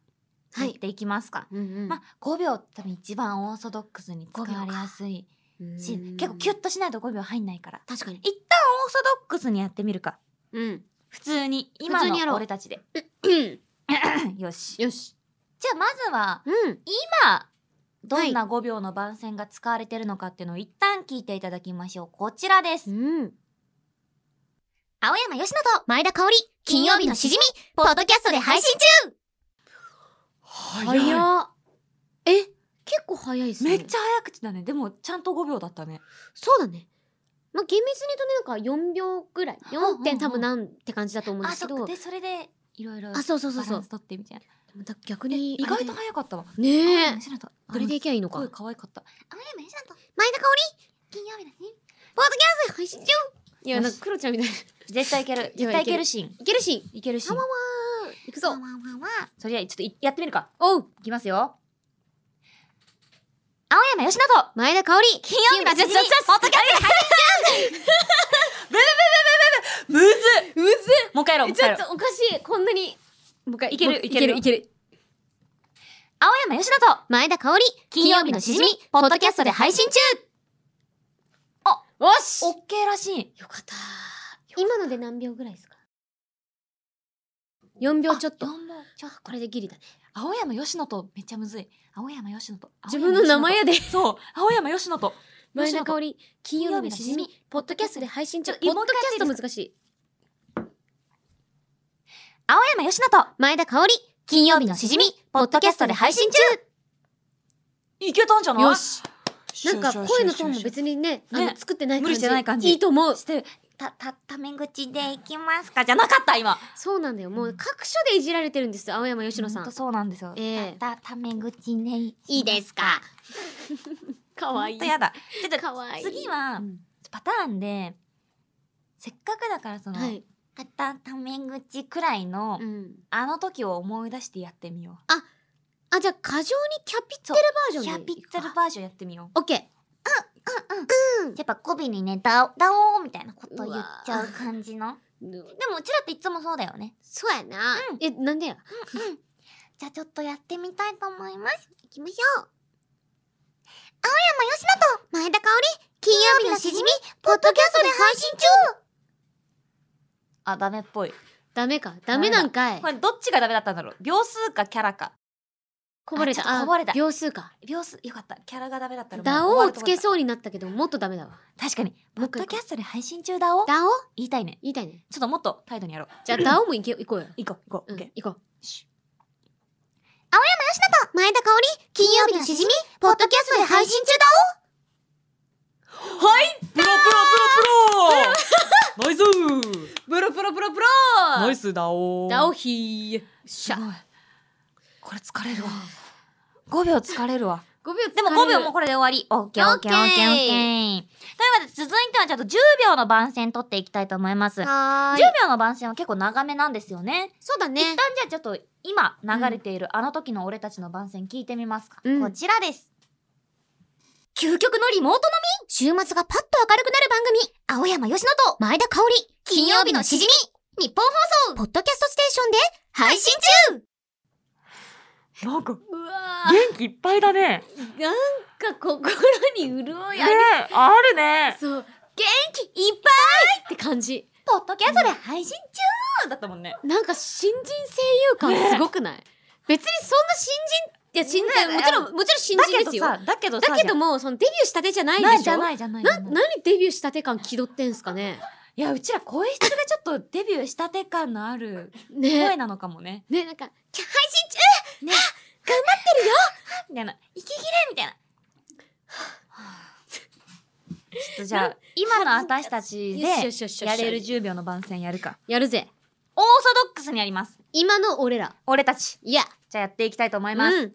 はやっいていきますか。うんうんまあ、5秒って多分一番オーソドックスに使われやすいし、うん結構キュッとしないと5秒入んないから。確かに一旦オーソドックスにやってみるか。うん普通に、今普通にやろうの俺 たちで。よし。じよしゃあまずは、うん今、どんな5秒の番宣が使われてるのかっていうのを一旦聞いていただきましょう。こちらです。うん青山よしのと、前田香織、金曜日のしじみ、ポッドキャストで配信中早い早っえ結構早いっすねめっちゃ早口だね。でも、ちゃんと5秒だったね。そうだね。まあ、厳密に言うとねなんか4秒ぐらい4うんうん点多分なんって感じだと思うんあ、ですそけっか。どで、それで、いろいろ、あそうそうそうバそランうス取ってみたいな。また逆えに意外とあれ早かったわ。だねよねえしのと、どれでいけばいいのか声可愛かった。青山よしなと、前田香金曜日のしじみ。織配信中いやなんかクロちゃんみたいな絶対い ける。いや絶対いけるシーン。いけるしいけるシーン。いくぞわんわんわんわんそれじゃあ、ちょっといやってみるか。おういきますよ。青山よしなと、前田香織金曜日のしじみ、ちょちょちょポッドキャストで配信中ブブブブブブブむずうずもう一回やろう、もう一ちょ回っやろう。とおかしいこんなにもう一回いけるもういけるいける青山よしなと、前田香織、金曜日のしじみ、ポッドキャストで配信中よしオッケーらしい。よかった今ので何秒ぐらいですか4秒ちょっとあ四秒ちょっとこれでギリだね青山よしのと、めっちゃむずい。青山よしのと。自分の名前やでそう、青山よしのと。前田香織金曜曜日の日のししじじみみポッドキャストで配信中ちょポッドもうキ一回ャスト難しい青山よしのと。前田香織、金曜日のしじみ、ポッドキャストで配信中いけたんじゃないよしなんか声のトーンも別にねあねの作ってない感じ無理してない感じいいと思うして、た、た、ため口でいきますかじゃなかった、今。そうなんだよもう各所でいじられてるんですよ青山佳乃さんほとそうなんですよ。ええた、たため口ね。いいいで すかかほわいんいとやだ。ちょっとかわいい次はうんパターンで、せっかくだからその、はいたたため口くらいの、うんあの時を思い出してやってみよあじゃあ過剰にキャピってるバーう。キジョャンでピいッタルバージョンやってみよオッケーう。やっぱ語尾にね、だお、だおーみたいなこと言っちゃう感じの。でもうちらっていつもそうだよね。そうやなうんえなんでやじゃあちょっとやってみたいと思います。いきましょう。青山よしなと、前田香織、金曜日のしじみ、ポッドキャストで配信中あ、ダメっぽい。ダメかダメなんかいこれどっちがダメだったんだろう秒数かキャラか。こぼれあちょっとたこぼれた秒数か秒数、よかった。キャラがダメだったらもうダ終オわをるとつこだけった。そうになったけどもっとダメだわ確かに。ポもう一ッ回ドキャストで配信中だお。ダオ言いたいね。言いたいねちょっともっと態度にやろう。じゃあダオもいけ行こうよ行こう、行こう。うオッケんー。行こ前田香織、金曜日のしじみ、ポッドキャストで配信中プだロプ ロプロプロナイスうプロプロプロプナロイスだおダオヒーしすゃごい。これ疲れるわ。5秒 疲れるわ。 5秒でも5秒もこれで終わり。オッケーオッケーオッケーオッケー。というわけで続いてはちょっと10秒の番宣取っていきたいと思います。10はーい秒の番宣は結構長めなんですよね。そうだね一旦じゃあちょっと今流れているあの時の俺たちの番宣聞いてみますか。うんこちらです。究極のリモート飲み週末がパッと明るくなる番組青山よしのと前田香織金曜日のしじみ日本放送ポッドキャストステーションで配信中なんか元うわ気いっぱいだねーなんか心に潤いねありあるねそう元気いっぱいって感じポッドキャストで配信中だったもんね。なんか新人声優感すごくない、別にそんな新人いや新人、ねもちろんもちろん新だ人けでどすよださ、だけどけさ、どもそのデビューしたてじゃないじでゃないしじゃょないじゃないじゃなない。何デビューしたて感気取ってんすかねいや、うちら声質がちょっとデビューしたて感のある声ねなのかもね。ねなんかキャ配信中みたいな。息切れみたいな。ちょっとじゃあ、今の私たちよしよで、しよしよやしれる10秒の番宣やるか。やるぜオーソドックスにやります。今の俺ら俺たち。いやじゃあやっていきたいと思います。うん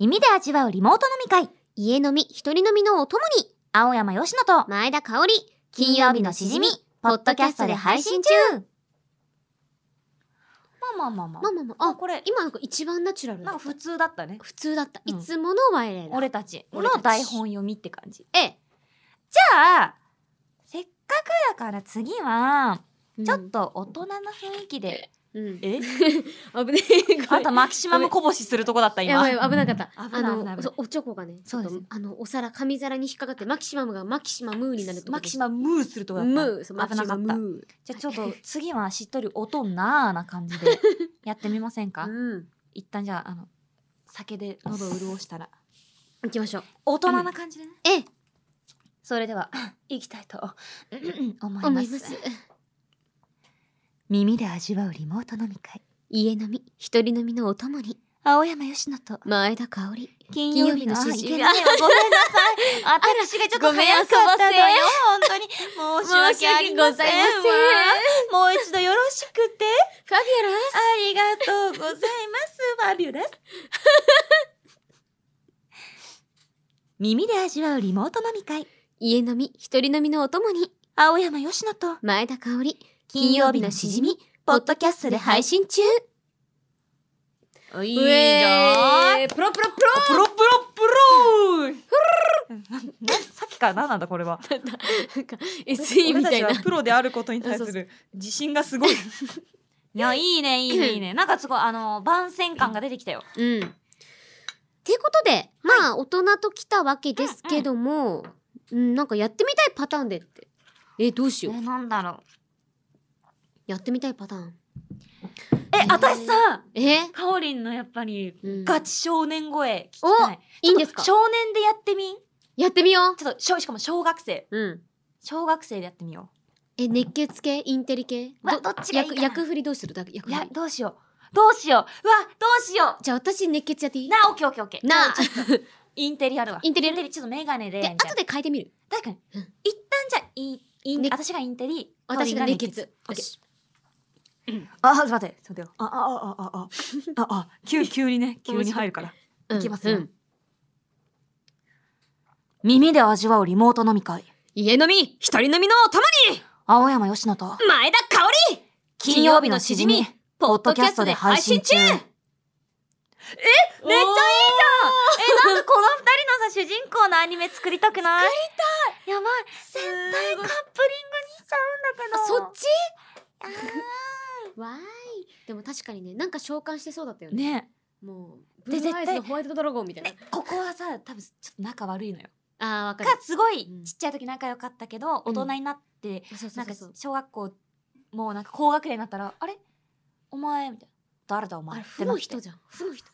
耳で味わうリモート飲み会。家飲み一人飲みのお供に青山よしのと、前田香織金曜日のしじみ、ポッドキャストで配信中。まあまあまあままああ。まあまあまあ、あこれ、今なんか一番ナチュラルなんなか普通だったね。普通だった、うんいつもの我ら俺たち俺たのち台本読みって感じ。ええじゃあ、せっかくだから次は、ちょっと大人な雰囲気で。うん、うん、え 危ねえあんごためんマキシマムこぼしするとこだったやば今。い危なかった、うん危あない危ないのそうおちょこがねちょっとそうですあのお皿紙皿に引っかかってマキシマムがマキシマムーになるとこマキシマムーするとこだった。ムーそうマ危キシなかマっムた。ーじゃあちょっと次はしっとり音なーな感じでやってみません かうん一旦じゃあ、あの、酒で喉を潤したら。行きましょう大人な感じでね。ええそれでは、 行きたいと 思い思まいますす。耳で味わうリモート飲み会。家飲み一人飲みのお供に青山よしのと、前田香織金曜曜日日ののししじじみみ。いけないわごめんな さい。私がちょっと早かったのよ。本当に。申し訳あり申し訳ごませんわざいもう一度よろしくて。ファビュラありがとうござ います、ファビュラス。 耳で味わうリモート飲み会。家飲み一人飲みのお供に青山よしのと、前田香織金曜日のしじみ、ポッドキャストで配信。信中いいいじゃん。プロプロププロプロプロさっきから何なんだこれは。ロなんか SE みたいなプロであることに対する自信がすごい。いや、いいね、いいね、いいね。なんかすごい、あの、番宣感が出てきたよ。うん。っていうことで、まあ、大人と来たわけですけども、うんなんかやってみたいパターンでって。え、どうしえ、よう。なんだろやってみたいパターン。う。え、私さ、えかおりんのやっぱり、うんガチ少年声聞きたい。いいんですかちょっと少年でやってみんやってみよう。ちょっとしょ、しかも小学生。うん。小学生でやってみよえ、熱血系インテリ系うわどっちがいいかな役役振りどうするだ役う。い振やり、。どうしよう。どうしよう。うわ、どうしよ。じゃあ、私熱血やっていういなあ、オッケーオッケーオッケー。なあじゃあちょっとインテリやるわ。インテリやるちょっとメガネで。で、みたいな後で変えてみる。確かに。うん一旦じゃあ、インインね私がインテリ。私がかおりん熱血。オッケーあ、ちょっと待って、ちょっと待ってよ。あ、あ、あ、 あ、あ、あ、あ、急、急 にね、急に入るから。うんいきますようん耳で味わうリモート飲み会。家飲み、一人飲みのお供に、青山よしのと、前田香織金曜日のしじみ、ポッドキャストで配信中。ポッドキャストめっちゃいいじゃんえ、なんかこの二人のさ、主人公のアニメ作りたくない作りたいやばい。絶対カップリングにしちゃうんあそだけど。っちあわーいでも確かにねなんか召喚してそうだったよーねねもうブでルーアイズ絶対のホワイトドラゴンみたいな、ねここはさ、多分ちょっと仲悪いのよ。あーわかかる、すごいうんちっちゃい時仲良かったけど、大人になって、あそうそなうんかそうそう小学校もうなんか高学年になったら「あれお前」みたいな「誰だおあ前」れって負なのって人じゃん負の人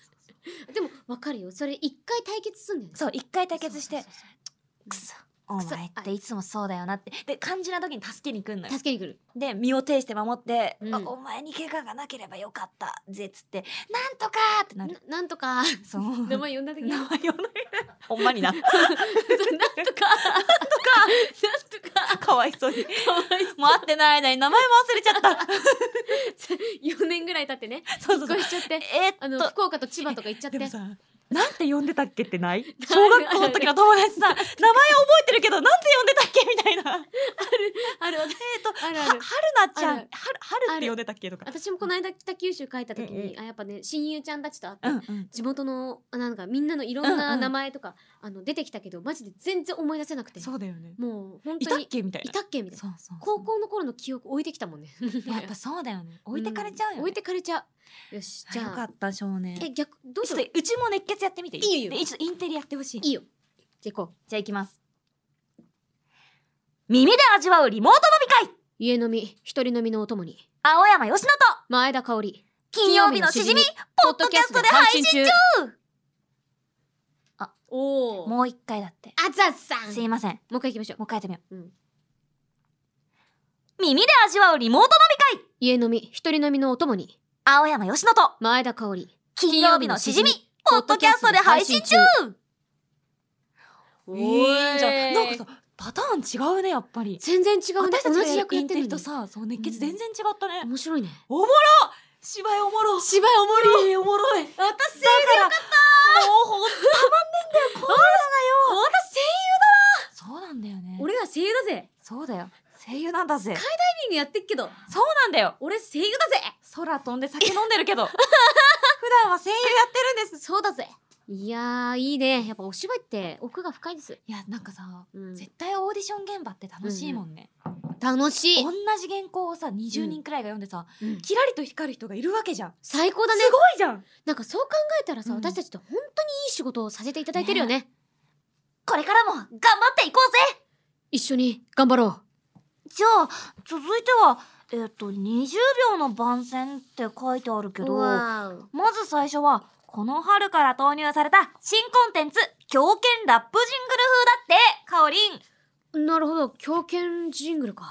でもわかるよそれ一回対決すんだよねそう一回対決してそうそう「くそお前っくそていつもそうだよな」ってで肝心な時に助けに来んそのうよ助けに来るで身を挺して守って「うんあお前に怪我がなければよかったぜ」っつって「なんとか!」ってななるなんとかそう名前呼んだ時に名 なんとか前呼ばないほんま にななんとかかわいそうにもう会ってない間に名前も忘れちゃった4年ぐらい経ってねそうそ引っうそう越しちゃってえーっあのと福岡と千葉とか行っちゃってでなもさ、なんて呼んでたっけってないる小学校の時の友 達さ、名前覚えてるけど、なんて呼んでたっけみたいな。あるえっと、あるあは、はるるなちゃあん、はるる、はるって呼んでたっけとか。私もこの間北九州帰った時に、うんあやっぱね親友ちゃんたちと会って、うんうん。地元のあなんかみんなのいろんうんなうん名前とか、あの出てきたけどマジで全然思い出せなくてそうだよね。もう本いた当っにけみたいいな。たっけみたいなそうそうそう。高校の頃の記憶置いてきたもんねやっぱそうだよね。置いてかれちゃうよ、んね置いてかれちゃうよしじあよゃかあった、少年。え逆どうちしょっようとうちも熱血やってみていいいよいいよで一度インテリやってほしい。いいよじゃあ行こうじゃあ行きます。耳で味わうリモート飲み会家飲み一人飲みのお供に青山よしのと前田香織金曜日のしじみポッドキャストで配信中あおおもう一回だって。あざっさんすいません。もう一回行きましょもう一回やってみよう。うん耳で味わうリモート飲み会う家飲み一人飲みのお供に青山よしのと前田香織金曜日のしじみポッドキャストで配信中ポッドキャストで配信中おいいんじゃんなんかさパターン違うねやっぱり全然違うね私た同ちがじ役やってるるのとにさそう熱血全然違ったね、面白いねおもろ芝居おもろ芝居おもろいいおもろい私だからもうほんとたまんねんだよこうそうなんだよね俺ら声優だぜそうだよ声優なんだぜリングやってっけどそうなんだよ俺声優だぜ空飛んで酒飲んでる けど普段は声優やってるんですそうだぜいやーいいねやっぱお芝居って奥が深いです、いやなんかさうん絶対オーディション現場って楽しいもんね、楽しい、同じ原稿をさ20人くらいが読んでさ、うんキラリと光る人がいるわけじゃん、最高だねすごいじゃんなんかそう考えたらさ、うん私たちって本当にいい仕事をさせていただいてるよねこれからも頑張っていこうぜ一緒に頑張ろうじゃあ続いてはえっ、と20秒の番宣って書いてあるけどまず最初はこの春から投入された新コンテンツ狂犬ラップジングル風だってかおりんなるほど狂犬ジングルか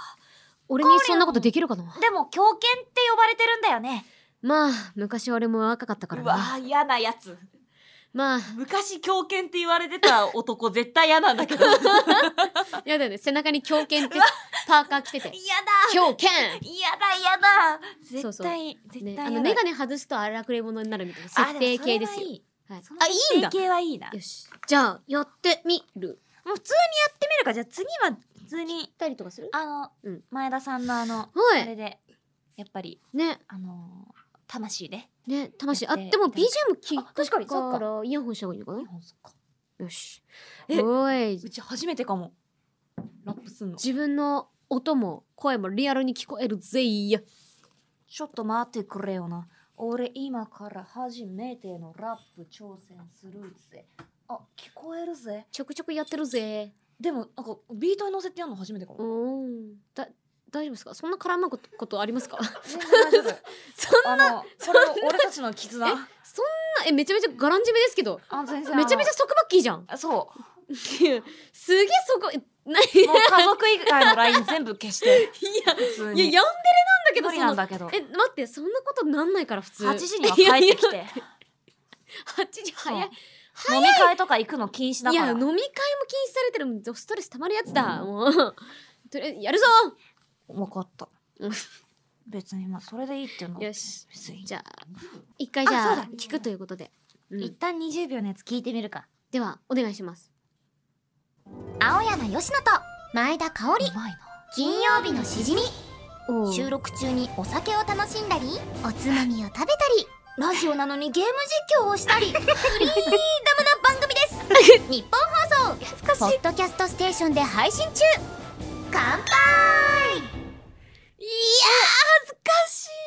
俺にそんなことできるかなでも狂犬って呼ばれてるんだよねまあ昔俺も若かったからうわなー嫌なやつまあ昔狂犬って言われてた男絶対嫌なんだけ どやだよね背中に狂犬ってパーカー着てて嫌だ狂犬嫌だ嫌だ絶対そうそう絶対ね、嫌だあの眼鏡外すと荒くれ者になるみたいな設定系ですよはいあいいんだ設定系はいいなよしじゃあやってみるもう普通にやってみるかじゃあ次は普通にたりとかするあの、うん前田さんのあのはあいれでやっぱりねあのー魂でね魂あやってでも BGM 聞あ確かにそっくかからイヤホンした方がいいのかな日本そっかよしおえーいうち初めてかもラップすんの自分の音も声もリアルに聞こえるぜいやちょっと待ってくれよな。俺今から初めてのラップ挑戦するぜ。あ、聞こえるぜ。ちょくちょくやってるぜでもなんかビートに乗せてやるの初めてかもおーだ大丈夫ですかそんな絡まことことありますか そん全然大丈夫。あ のそれも俺たちの絆えなえめちゃめちゃガランジめですけどあ、全然。めちゃめちゃ束縛いいじゃんあそうすげえそこえなもう家族以外の LINE 全部消して普通いやにやんべれなんだ無け理どなんそのだけどえ待ってそんなことなんないから普通8時には帰ってきて8時早いそう飲み会とか行くの禁止だいやから飲み会も禁止されてるもうストレス溜まるやつだ、もう とりあえずやるぞ分かったうん。別にまあそれでいいっていうの。よし別に。じゃあ一回じゃあそうあだ聞くということで、うん一旦20秒のやつ聞いてみるか。ではお願いします青山よしのと前田香織うまいな。金曜日のしじみおう収録中にお酒を楽しんだりおつまみを食べたりラジオなのにゲーム実況をしたりフリーダムな番組です日本放送懐かしいポッドキャストステーションで配信中乾杯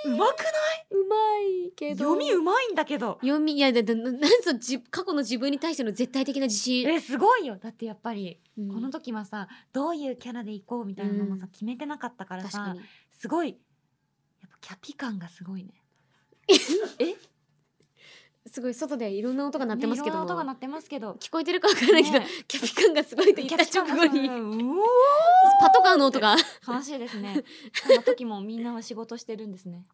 うまくないうまいけど読みうまいんだけど読みいやだだななんぞじ過去の自分に対しての絶対的な自信、えすごいよだってやっぱりうんこの時はさどういうキャラで行こうみたいなのもうさ決めてなかったから確かさにすごいやっぱキャピ感がすごいねすごい外でいろんな音が鳴ってますけどねも、いろんな音が鳴ってますけど聞こえてるかわから ないけど、ねキャピ感がすごいと言った直後にうパトカーの音がお悲しいです ねそんな時もみんなは仕事してるんですね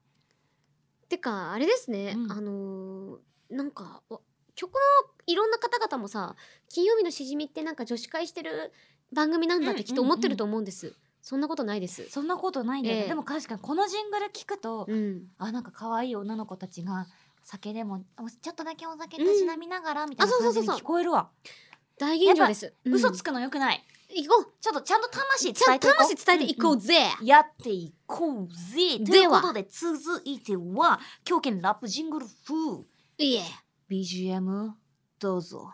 てかあれですね、うんあのーなんかわ曲のいろんな方々もさ金曜日のしじみってなんか女子会してる番組なんだってきっと思ってると思うんです、そんなことないです そんなことないんだよね、ええでも確かにこのジングル聞くと、うんあなんか可愛い女の子たちが酒でもおちょっとだけお酒たしなみながらみたいなあそうそ感じうにそうそう聞こえるわ、大吟醸です、うん嘘つくのよくない行こうちょっとちゃんと魂伝ちゃえんてといこう魂伝えていこうぜ、やっていこうぜ。といでうはことで続いては狂犬ラップジングル風。いえ BGM どうぞ。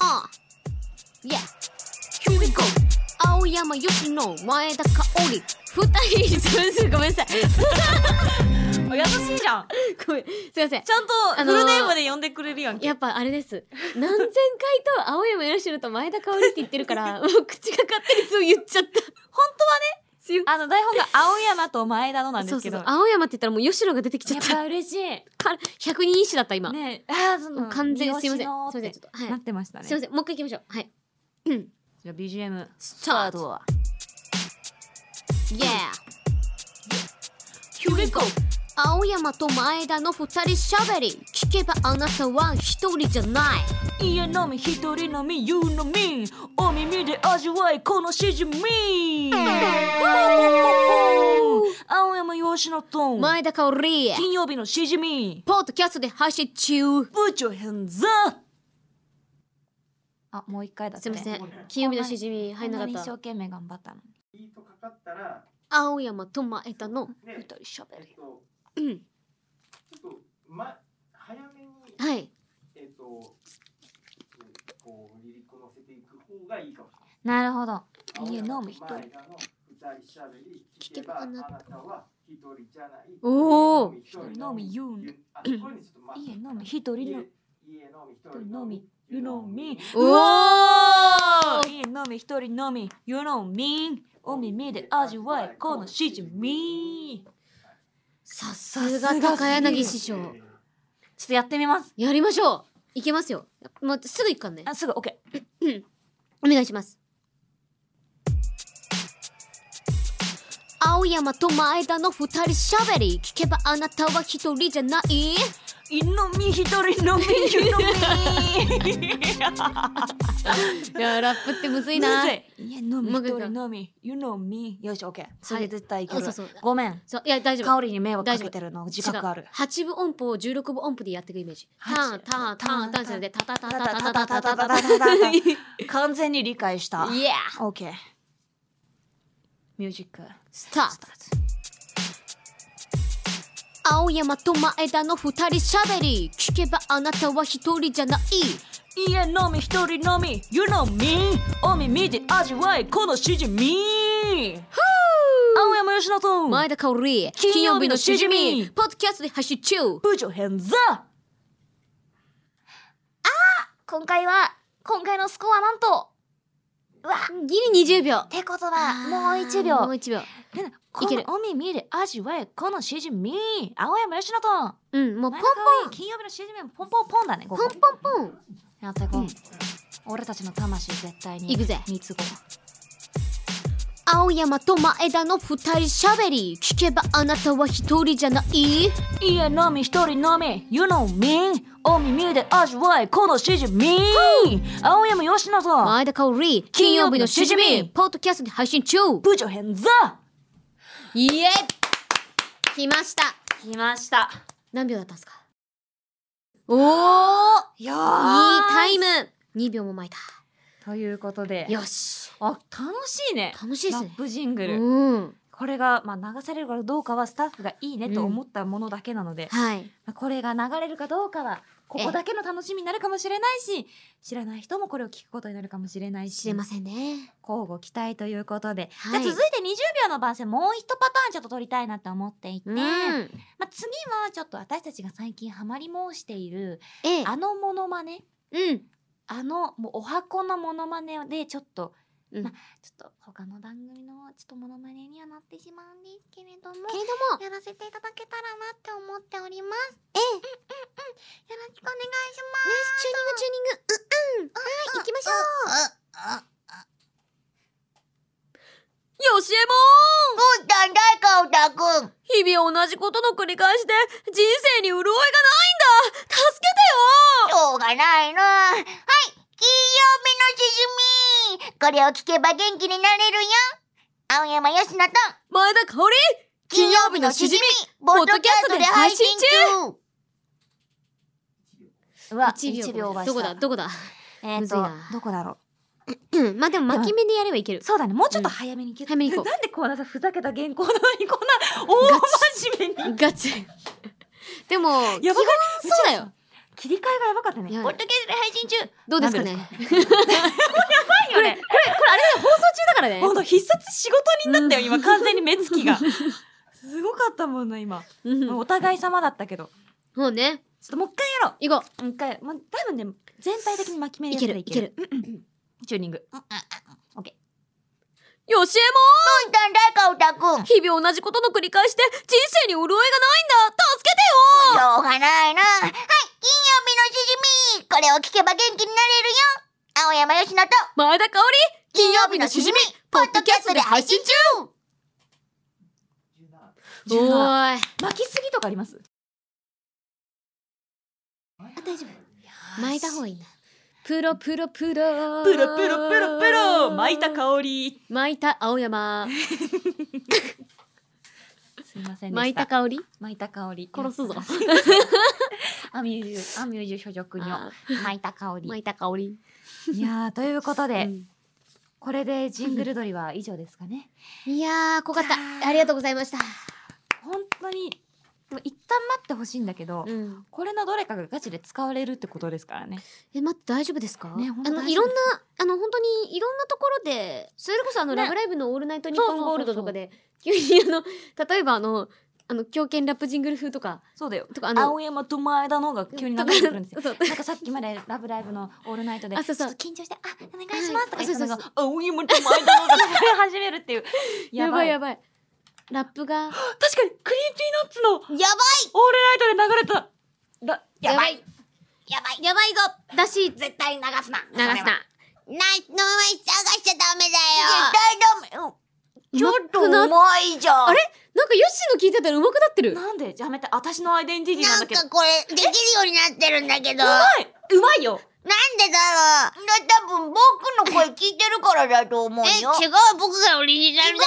あ Yeah Here we go 青山よしの前田香織二人すいませんごめんなさいあ優しいじゃんごめんすいませんちゃんとあフのールネームで呼んでくれるやんけ、やっぱあれです何千回と青山よしのと前田香織って言ってる からもう口が勝手にそう言っちゃった本当はすいまあの台本が青山と前田のせなんんでそうすそけうどそう青山って言ったらもう吉野が出てきちゃっやったぱ嬉しいか100人一首だった今、ねあーそのもう完全すいませんすい三ま好せんのーっちょてっとはい、なってましたねすいませんもう一回行きましょうはいうんじゃあ BGM スタートは Yeah Here we go 青山と前田の二人しゃべり聞けばあなたは一人じゃないいや飲み一人飲み湯飲みお耳で味わいこのしじみ青山よしのと前田香織金曜日のしじみポッドキャストで配信中部長変座あもう一回だってすいません金曜日のしじみ入んなかこんにっ一生た懸命頑張ったのにヒートかかったら、青山と前田のね、二人しゃべえりっと、うんちょっと、ま、早めに、はいえっと、うんこう、リリック乗せていく方がいいかもしなるほどれないやい。青山飲む人前田の二人しゃべり、聞けばあなたは一人じゃない。おー一人飲み湯飲みあこれにちょっと待って家飲み一人家飲家飲み、み一人飲飲みみ、湯飲みうお家飲み一人飲み湯飲みお耳で味わいこのしじみさすが高柳師匠えーちょっとやってみますやりましょういけますよもうすぐ行くからねあすぐ OK お願いします青山と前田の二人しゃべり聞けばあなたは一人じゃない飲み一人 飲み湯飲みいやラップってむずいなむずい家飲みうま一くいった人飲み湯飲みよし OK それで絶対いけあるそうそうごめんそういや大丈夫香りに迷惑かけてるの自覚ある8分音符を16分音符でやっていくイメージターンターンターンターンでタタタタタタタタタタタ完全に理解したイエー OK ミュージックスタート青山と前田の二人しゃべり聞けばあなたは一人じゃない家飲み一人飲み湯飲みお耳で味わいこのしじみ青山よしのと前田香織金金曜曜日日ののししじじみみポッドキャストで発信中部長変座今回は今回のスコアなんとギリ20秒てことはもう1秒もう一秒こけるのお耳で味わいこのしじみ青山よしのとうんもうポン前の香り金曜日の CG 面ポンポンポンだねこポンこポンポンやっていこう、俺たちの魂絶対に行くぜ三つ子青山と前田の二人しゃべり聞けばあなたは一人じゃない家飲み一人飲み湯飲みお耳で味わいこのしじみ青山よしのと前田香織金曜日のしじ金曜日のしじみみポッドキャストで配信中部長変座イエイ来ました来ました何秒だったんですかおおいいやいタイム2秒も前だということでよしあ楽しいね楽しいでラすッねプジングル、うんこれが、まあ、流されるかどうかはスタッフがいいねと思ったものだけなので、はいまあこれが流れるかどうかはここだけの楽しみになるかもしれないし知らない人もこれを聞くことになるかもしれない知しれ交ませんね互期待ということで、はいじゃあ続いて20秒の番宣もう一パターンちょっと撮りたいなと思っていて、うんまあ、次はちょっと私たちが最近ハマり申しているええあのモノマネうんあのもうお箱のモノマネでちょっと、うんまあちょっと他の番組のちょっとモノマネにはなってしまうんですけれどもけれどもやらせていただけたらなって思っております。ええよろしくお願いしね、チューニングチューニング、う、うん、はい、行きましょう。よしえもんだんだいかおたくん日々同じことの繰り返しで人生に潤いがないんだ助けしょうがないなはい金曜日のしじみこれを聞けば元気になれるよ青山よしのとて前田香織金曜日のしじみポッドキャストで配信中ます。うわ、 1 1秒はどこだどこだえっ、むずいとな、どこだろう。うん、まあでも巻き目でやればいける。そうだね、もうちょっと早めに行け早めに行こうなんでこんなさ、ふざけた原稿なのに、こんな大真面目に。ガチ。でも、やばか基本そうだよ。切り替えがやばかったね。やポばッいドキャストで配信中。どうですかね。これ、これ、だからねほ。んと必殺仕事人だったよ、今、完全に目つ きが。すごかったもんな、今。うんお互い様だったけど。もうね、ちょっともう一回やろ行こう。もう一回、まあ、多分ね、全体的に巻き目う。でいやったけらる、いける。チューニンよグ。しえもんだんだいかおたくんし日々同じことの繰り返しで人生に潤いがないんだ助けてよょうがないなはい金曜日のしじみこれを聞けば元気になれるよ青山よしのと前田香織金曜日のしじみポッドキャストで配信中17おーい巻きすぎとかありますあ大丈夫巻いた方がいいんだプロプロププロロプロプロプロ巻いた香り巻いた青山すいませんでした巻いた香り巻いた香り殺すぞアミュージュアミュージュ所属のあ巻いた香ーり巻いた香りいやーということで、うんこれでジングル鳥は以上ですかねいやー濃かったありがとうございました本当にでも一旦待ってほしいんだけど、うんこれのどれかがガチで使われるってことですからねえ待って大丈夫ですか、ねほんあとの大丈夫いろんなあの本当にいろんなところでそれこそあの、ねラブライブのオールナイトニッそうポそうンそうそうゴールドとかで急にあの例えばあのあの狂犬ラップジングル風とかそうだよとかあの青山と前田のが急に流とれてくるん ですよかそうなんかさっきまで「ラブライブ!」の「オールナイトで」あそうそうちょっと緊張して「あお願いします」とかはい言ってたのあそが「青山と前田の」が流れ始めるっていうやばいやばばいラップがい確かにクリーピーナッツの「オールやナイト」で流れたらばいやばいいやばいやばいぞだし絶対流すな流すなない、の探しちゃダメだよ絶対ダメちょっとななんかまいじゃんあれヨッシーの聞いてたら上手くなってるなんでやめて私のアイデンティティなんだけどうこれできるようになってるんだけどまいうまいよなんでだろう多分僕の声聞いてるからだと思うよ。え、違う、僕がオリジナルだ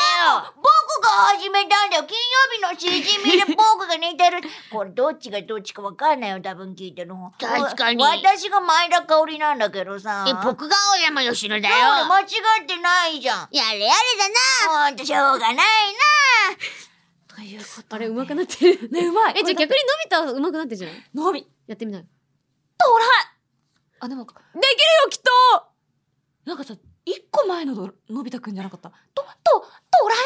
よ。僕が始めたんだよ。金曜日のしじみで僕が似て る。これどっちがどっちかわかんないよ、多分聞いてる方。確かに。私が前田香織なんだけどさ。え、僕が青山よしだよ。間違ってない じゃん。やれやれだな。ほんとしょうがないな。ということあれ上手くなってるねうまいえじゃあ逆に伸びたは上手くなってんじゃないのびやってみないあでもできるよきっとなんかさ一個前のどのび太くんじゃなかったととドラえ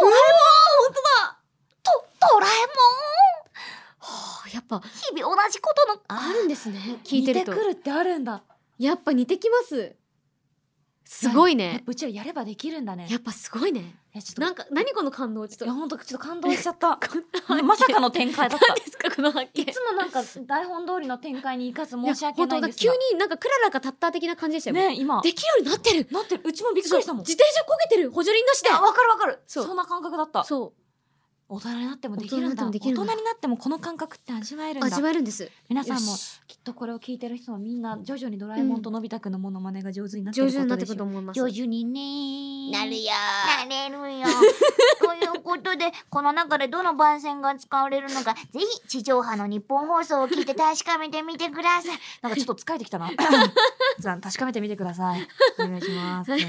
もんとドラえもん本当だドラえはあやっぱもん日々同じことの。あるんですね聞いてると似てくるってあるんだやっぱ似てきますすごいやっねぱうちらやればできるんだねやっぱすごいねいやちょっなんか何この感動ちとょいやっ本当ちょっと感動しちゃっ たとまさかの展開だっ何 たですかこの発見いつもなんか台本通りの展開に生かず申し訳ないんですいや本当だ急がになんかクララがタッター的な感じでしたよ、ね今できるようになってるなってるうちもびっくりしたもん自転車こげてる補助輪なしであわかるわかるそうそんな感覚だったそ大人になってもできるんだ大人になってもで大人きにるんだなってもこの感覚って味わえるうんだ味わえるんです皆さんもよきっとこれを聞いてる人もみんな徐々にドラえもんとのび太くんのモノマネが上手になってる上こ手になとってでくしるとょう思います上手にねなるよ。なれる よ。ということで、この中でどの番宣が使われるのか、ぜひ地上波の日本放送を聞いて確かめてみてください。なんかちょっと疲れてきた なじゃあ確かめてみてく ださいお願いします、ね、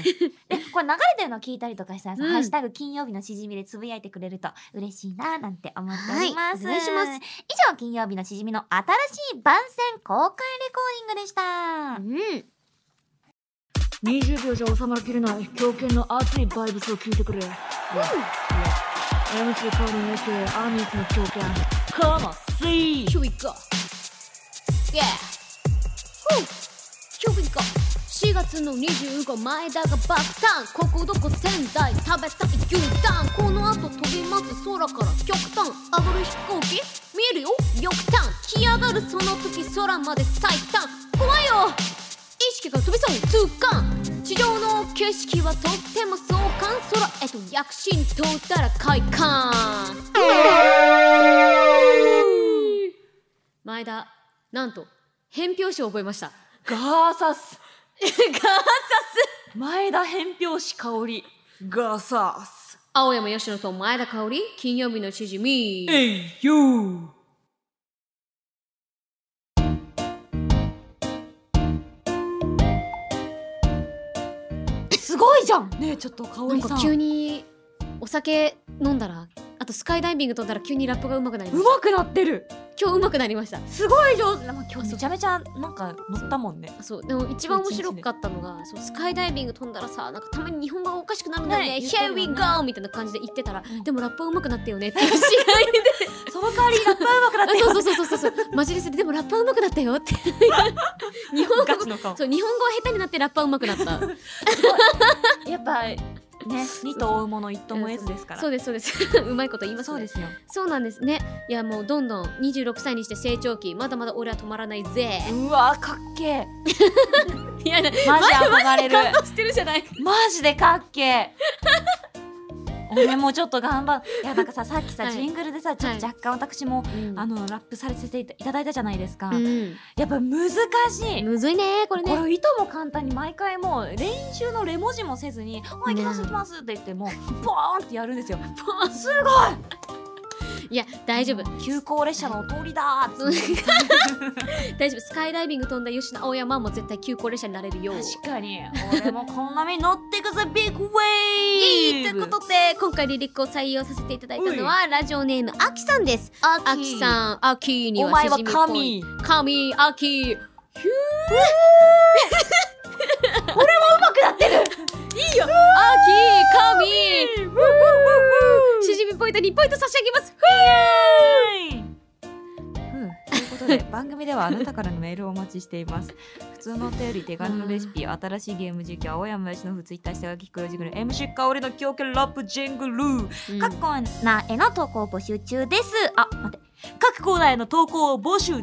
で、これ流れてるの聞いたりとかしたらさ、うんハッシュタグ金曜日のしじみでつぶやいてくれると嬉しいななんて思っております。はいお願いします以上、金曜日のしじみの新しい番宣公開レコーディングでしうた。ん20秒じゃ収まりきれない狂犬の熱いバイブスを聞いてくれ、うん、MC カーリン AK アーミーズの狂犬カマスイ今日行くか Yeah ほう今日行くか4月の25前田が爆誕ここどこ仙台食べたい牛タンこの後飛びます空から極端上がる飛行機見えるよ極端来上がるその時空まで最短怖いよ意識が飛びそう痛感地上の景色はとっても壮観空へと躍進とったら快感前田なんと扁平詞を覚えましたガーサスガーサス前田扁平氏香りガサース青山佳乃と前田香織金曜日のしじみえいよーすごいじゃんねえちょっと香なんりさかん急にお酒飲んだらあとスカイダイビング飛んだら急にラップが上手くなりまうしたまくなってる今日上手くなりましたすごい上手、まあ、今日めちゃめちゃなんか乗ったもんねそうでも一番面白かったのがそうスカイダイビング飛んだらさなんかたまに日本語がおかしくなるんだよね「ね言ってる Here よ we ね go!」みたいな感じで言ってたら、でもラップは上手くなったよねっていう試合でその代わりラップは上手くなっあてよそうそうそうそうそうマジレスででもラップは上手くなったよって 日本語ガチの顔そう日本語は下手になってラップは上手くなったやっぱね二と追うもの一とも得ずですからそうですそうですうまいこと言いますそうねですよそうなんですねいやもうどんどん26歳にして成長期まだまだ俺は止まらないぜうわーかっけえいやマジマジ憧れるしてるじゃない マジでかっけえ俺もちょっと頑張っいやなんかささっきさ、はいジングルでさちょっと若干私も、うんあのラップされていただいたじゃないですか、うんやっぱ難しい、むずいねこれねこれいとも簡単に毎回もう練習のレ文字もせずに「あ行きます行きます」って言っ てもうボーンってやるんですよ。すいや大丈夫ごい急行列車のお通りだ ーっつって大丈夫スカイダイビング飛んだ吉野青山も絶対急行列車になれるよ確かに俺もこんなに乗ってくぜビッグウェイエーイイとブいうことで今回リリックを採用させていただいたのはラジオネームあきさんですアあきさんあき におは前しはじみっぽい神神あき ヒュー俺もうまくなってるいいよあき神しじみポイント2ポイント差し上げますうん、ということで番組ではあなたからのメールをお待ちしています普通のお便り手軽のレシピ新しいゲーム実況青山由伸ツイッター下書き黒ジングル MC 香りの狂犬ラップジングルうん各コーナーへの投稿募集中ですあ待って各コーナーへの投稿を 募集中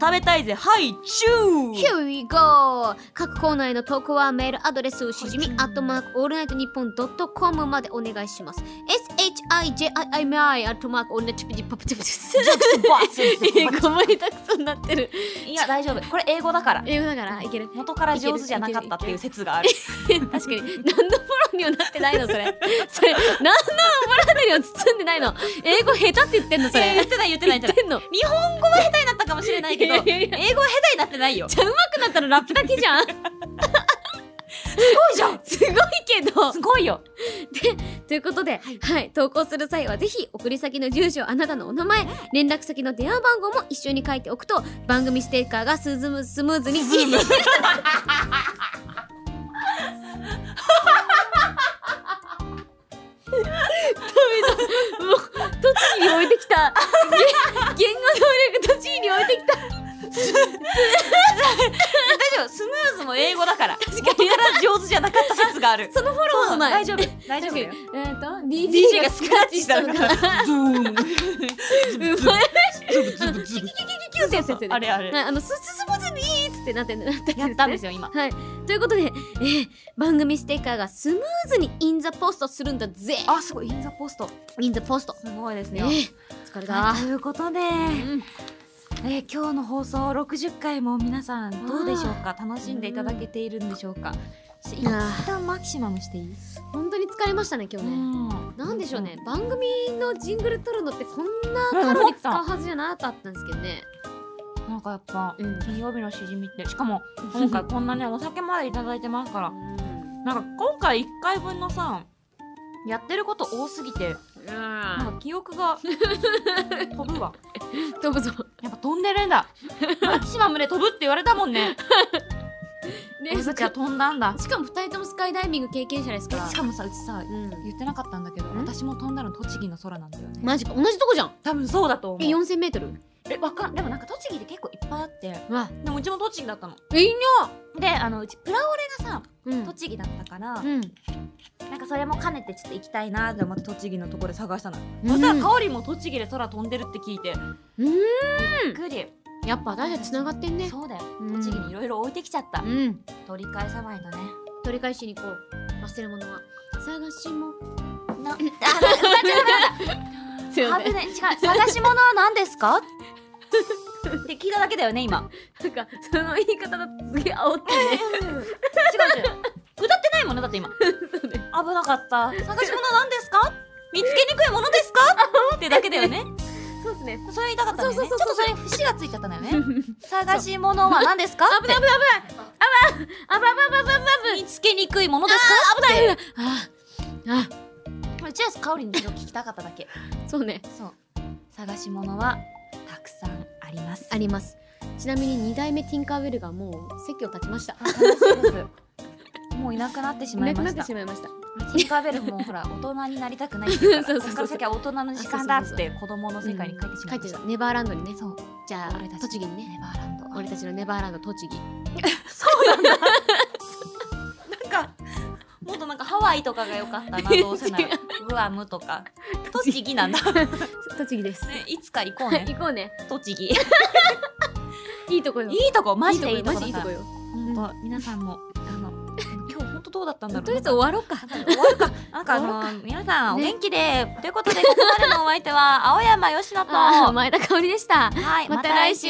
食べたいぜはいチュー Here we go! 各コーナーへの投稿はメールアドレスしじみアットマークオールナイトニッポンドットコムまでお願いします。SHIJIMI アットマークオールナイトニッポンドットコム英語盛りだくさんになってる。いや大丈夫これ英語だから英語だからいける。元から上手じゃなかったっていう説がある確かに何のフォローにはなってないのそれ。それ何のブラネリを包んでないの。英語下手って言ってんのそれ。言ってない言ってない言って言ってんの。日本語は下手になったかもしれないけどいや 英語いやいやは下手になってないよじゃあ上手くなったらラップだけじゃん。すごいじゃん。すごいけど。すごいよということで、はい、投稿する際はぜひ送り先の住所あなたのお名前連絡先の電話番号も一緒に書いておくと番組ステッカーがスズムスムーズにスムもう栃木に置いてきたげ言語能力栃木に置いてき た大丈夫スムーズも英語だから元から上手じゃなかった説があるそのフォローもうまい大丈夫大丈夫だよ確かにえっと DJ DJ ががススククララッッチチししたたののかかななズーンうまいあのキュキュキュキュキュ先生あれあれあのスススポズビーっつってなってなってやったんですよ今はい、ということで、えー番組ステッカーがスムーズにインザポストするんだぜあすごいインザポストインザポストすごいですねね、疲れた、はい、ということで、んえー今日の放送60回も皆さんどうでしょうか楽しんでいただけているんでしょうか、し一あ旦マキシマムしていい、本当に疲れましたね今日ね、んなんでしょうね番組のジングル撮るのってこんうんなカロリー使うはずじゃなかったんですけどね、なんかやっぱうん金曜日のしじみってしかも今回こんなねお酒までいただいてますからなんか今回1回分のさやってること多すぎてなんか記憶が 飛ぶわどうぞやっぱ飛んでるんだマキシマムで飛ぶって言われたもん ねね俺たちは飛んだんだしかも2人ともスカイダイビング経験者ですからしかもさうちさうん言ってなかったんだけどん私も飛んだの栃木の空なんだよねマジか同じとこじゃん多分そうだと思えう 4000m えわかんでもなんか栃木って結構いっぱいあってわでもうちも栃木だったのいいにであのうちプラオレがさうん栃木だったから、うんなんかそれも兼ねてちょっと行きたいなってまた栃木のところで探したの、うんそしたらかおりんも栃木で空飛んでるって聞いてうんびっくり、やっぱ私たち繋がってんねそうだようん栃木にいろいろ置いてきちゃった、うん取り返さないとね取り返しに行こう忘れ物は探しもなあすいませ危んない違う探し物は何です かって聞いただけだよね今なんかその言い方だとすげえ煽ってね違う違う歌ってないもんねだって今危なかった探し物は何ですか見つけにくいものですかってだけだよねそうですねそれ言いたかったんだよねそうちょっとそれに節がついちゃったんだよね探し物は何 ですか危ない危ないあばばばばば見つけにくいものですか危ないああうちはかおりんの聞きたかっただけそうねそう探し物はたくさんありますありますちなみに二代目ティンカーウェルがもう席を立ちました楽しいです もういなくなってしいまいなくまなっしてたしまいましたティンカーベルもほら大人になりたくないって言うか そうらそうそうこっから先は大人の時間だっつって子供の世界に帰ってしま帰いっまてしたたネバーランドにねそうじゃ俺たあち栃木にねネバーランド俺たちのネバーランド栃木なんかもっとなんかハワイとかが良かった などうせならグアムとか栃木なんだ、ね、栃木ですいつか行こうね行こうね栃木いいいとこよいとこマジでいいとこマジいいだとかこらよ本当皆さんもあの今日本当どうだったんだろうとりあえず終わろうか。終わるか。なんかあの、皆さんお元気で、ということで、ここまでのお相手は、青山よしのと、 あーは前田香織でした。い、また来週。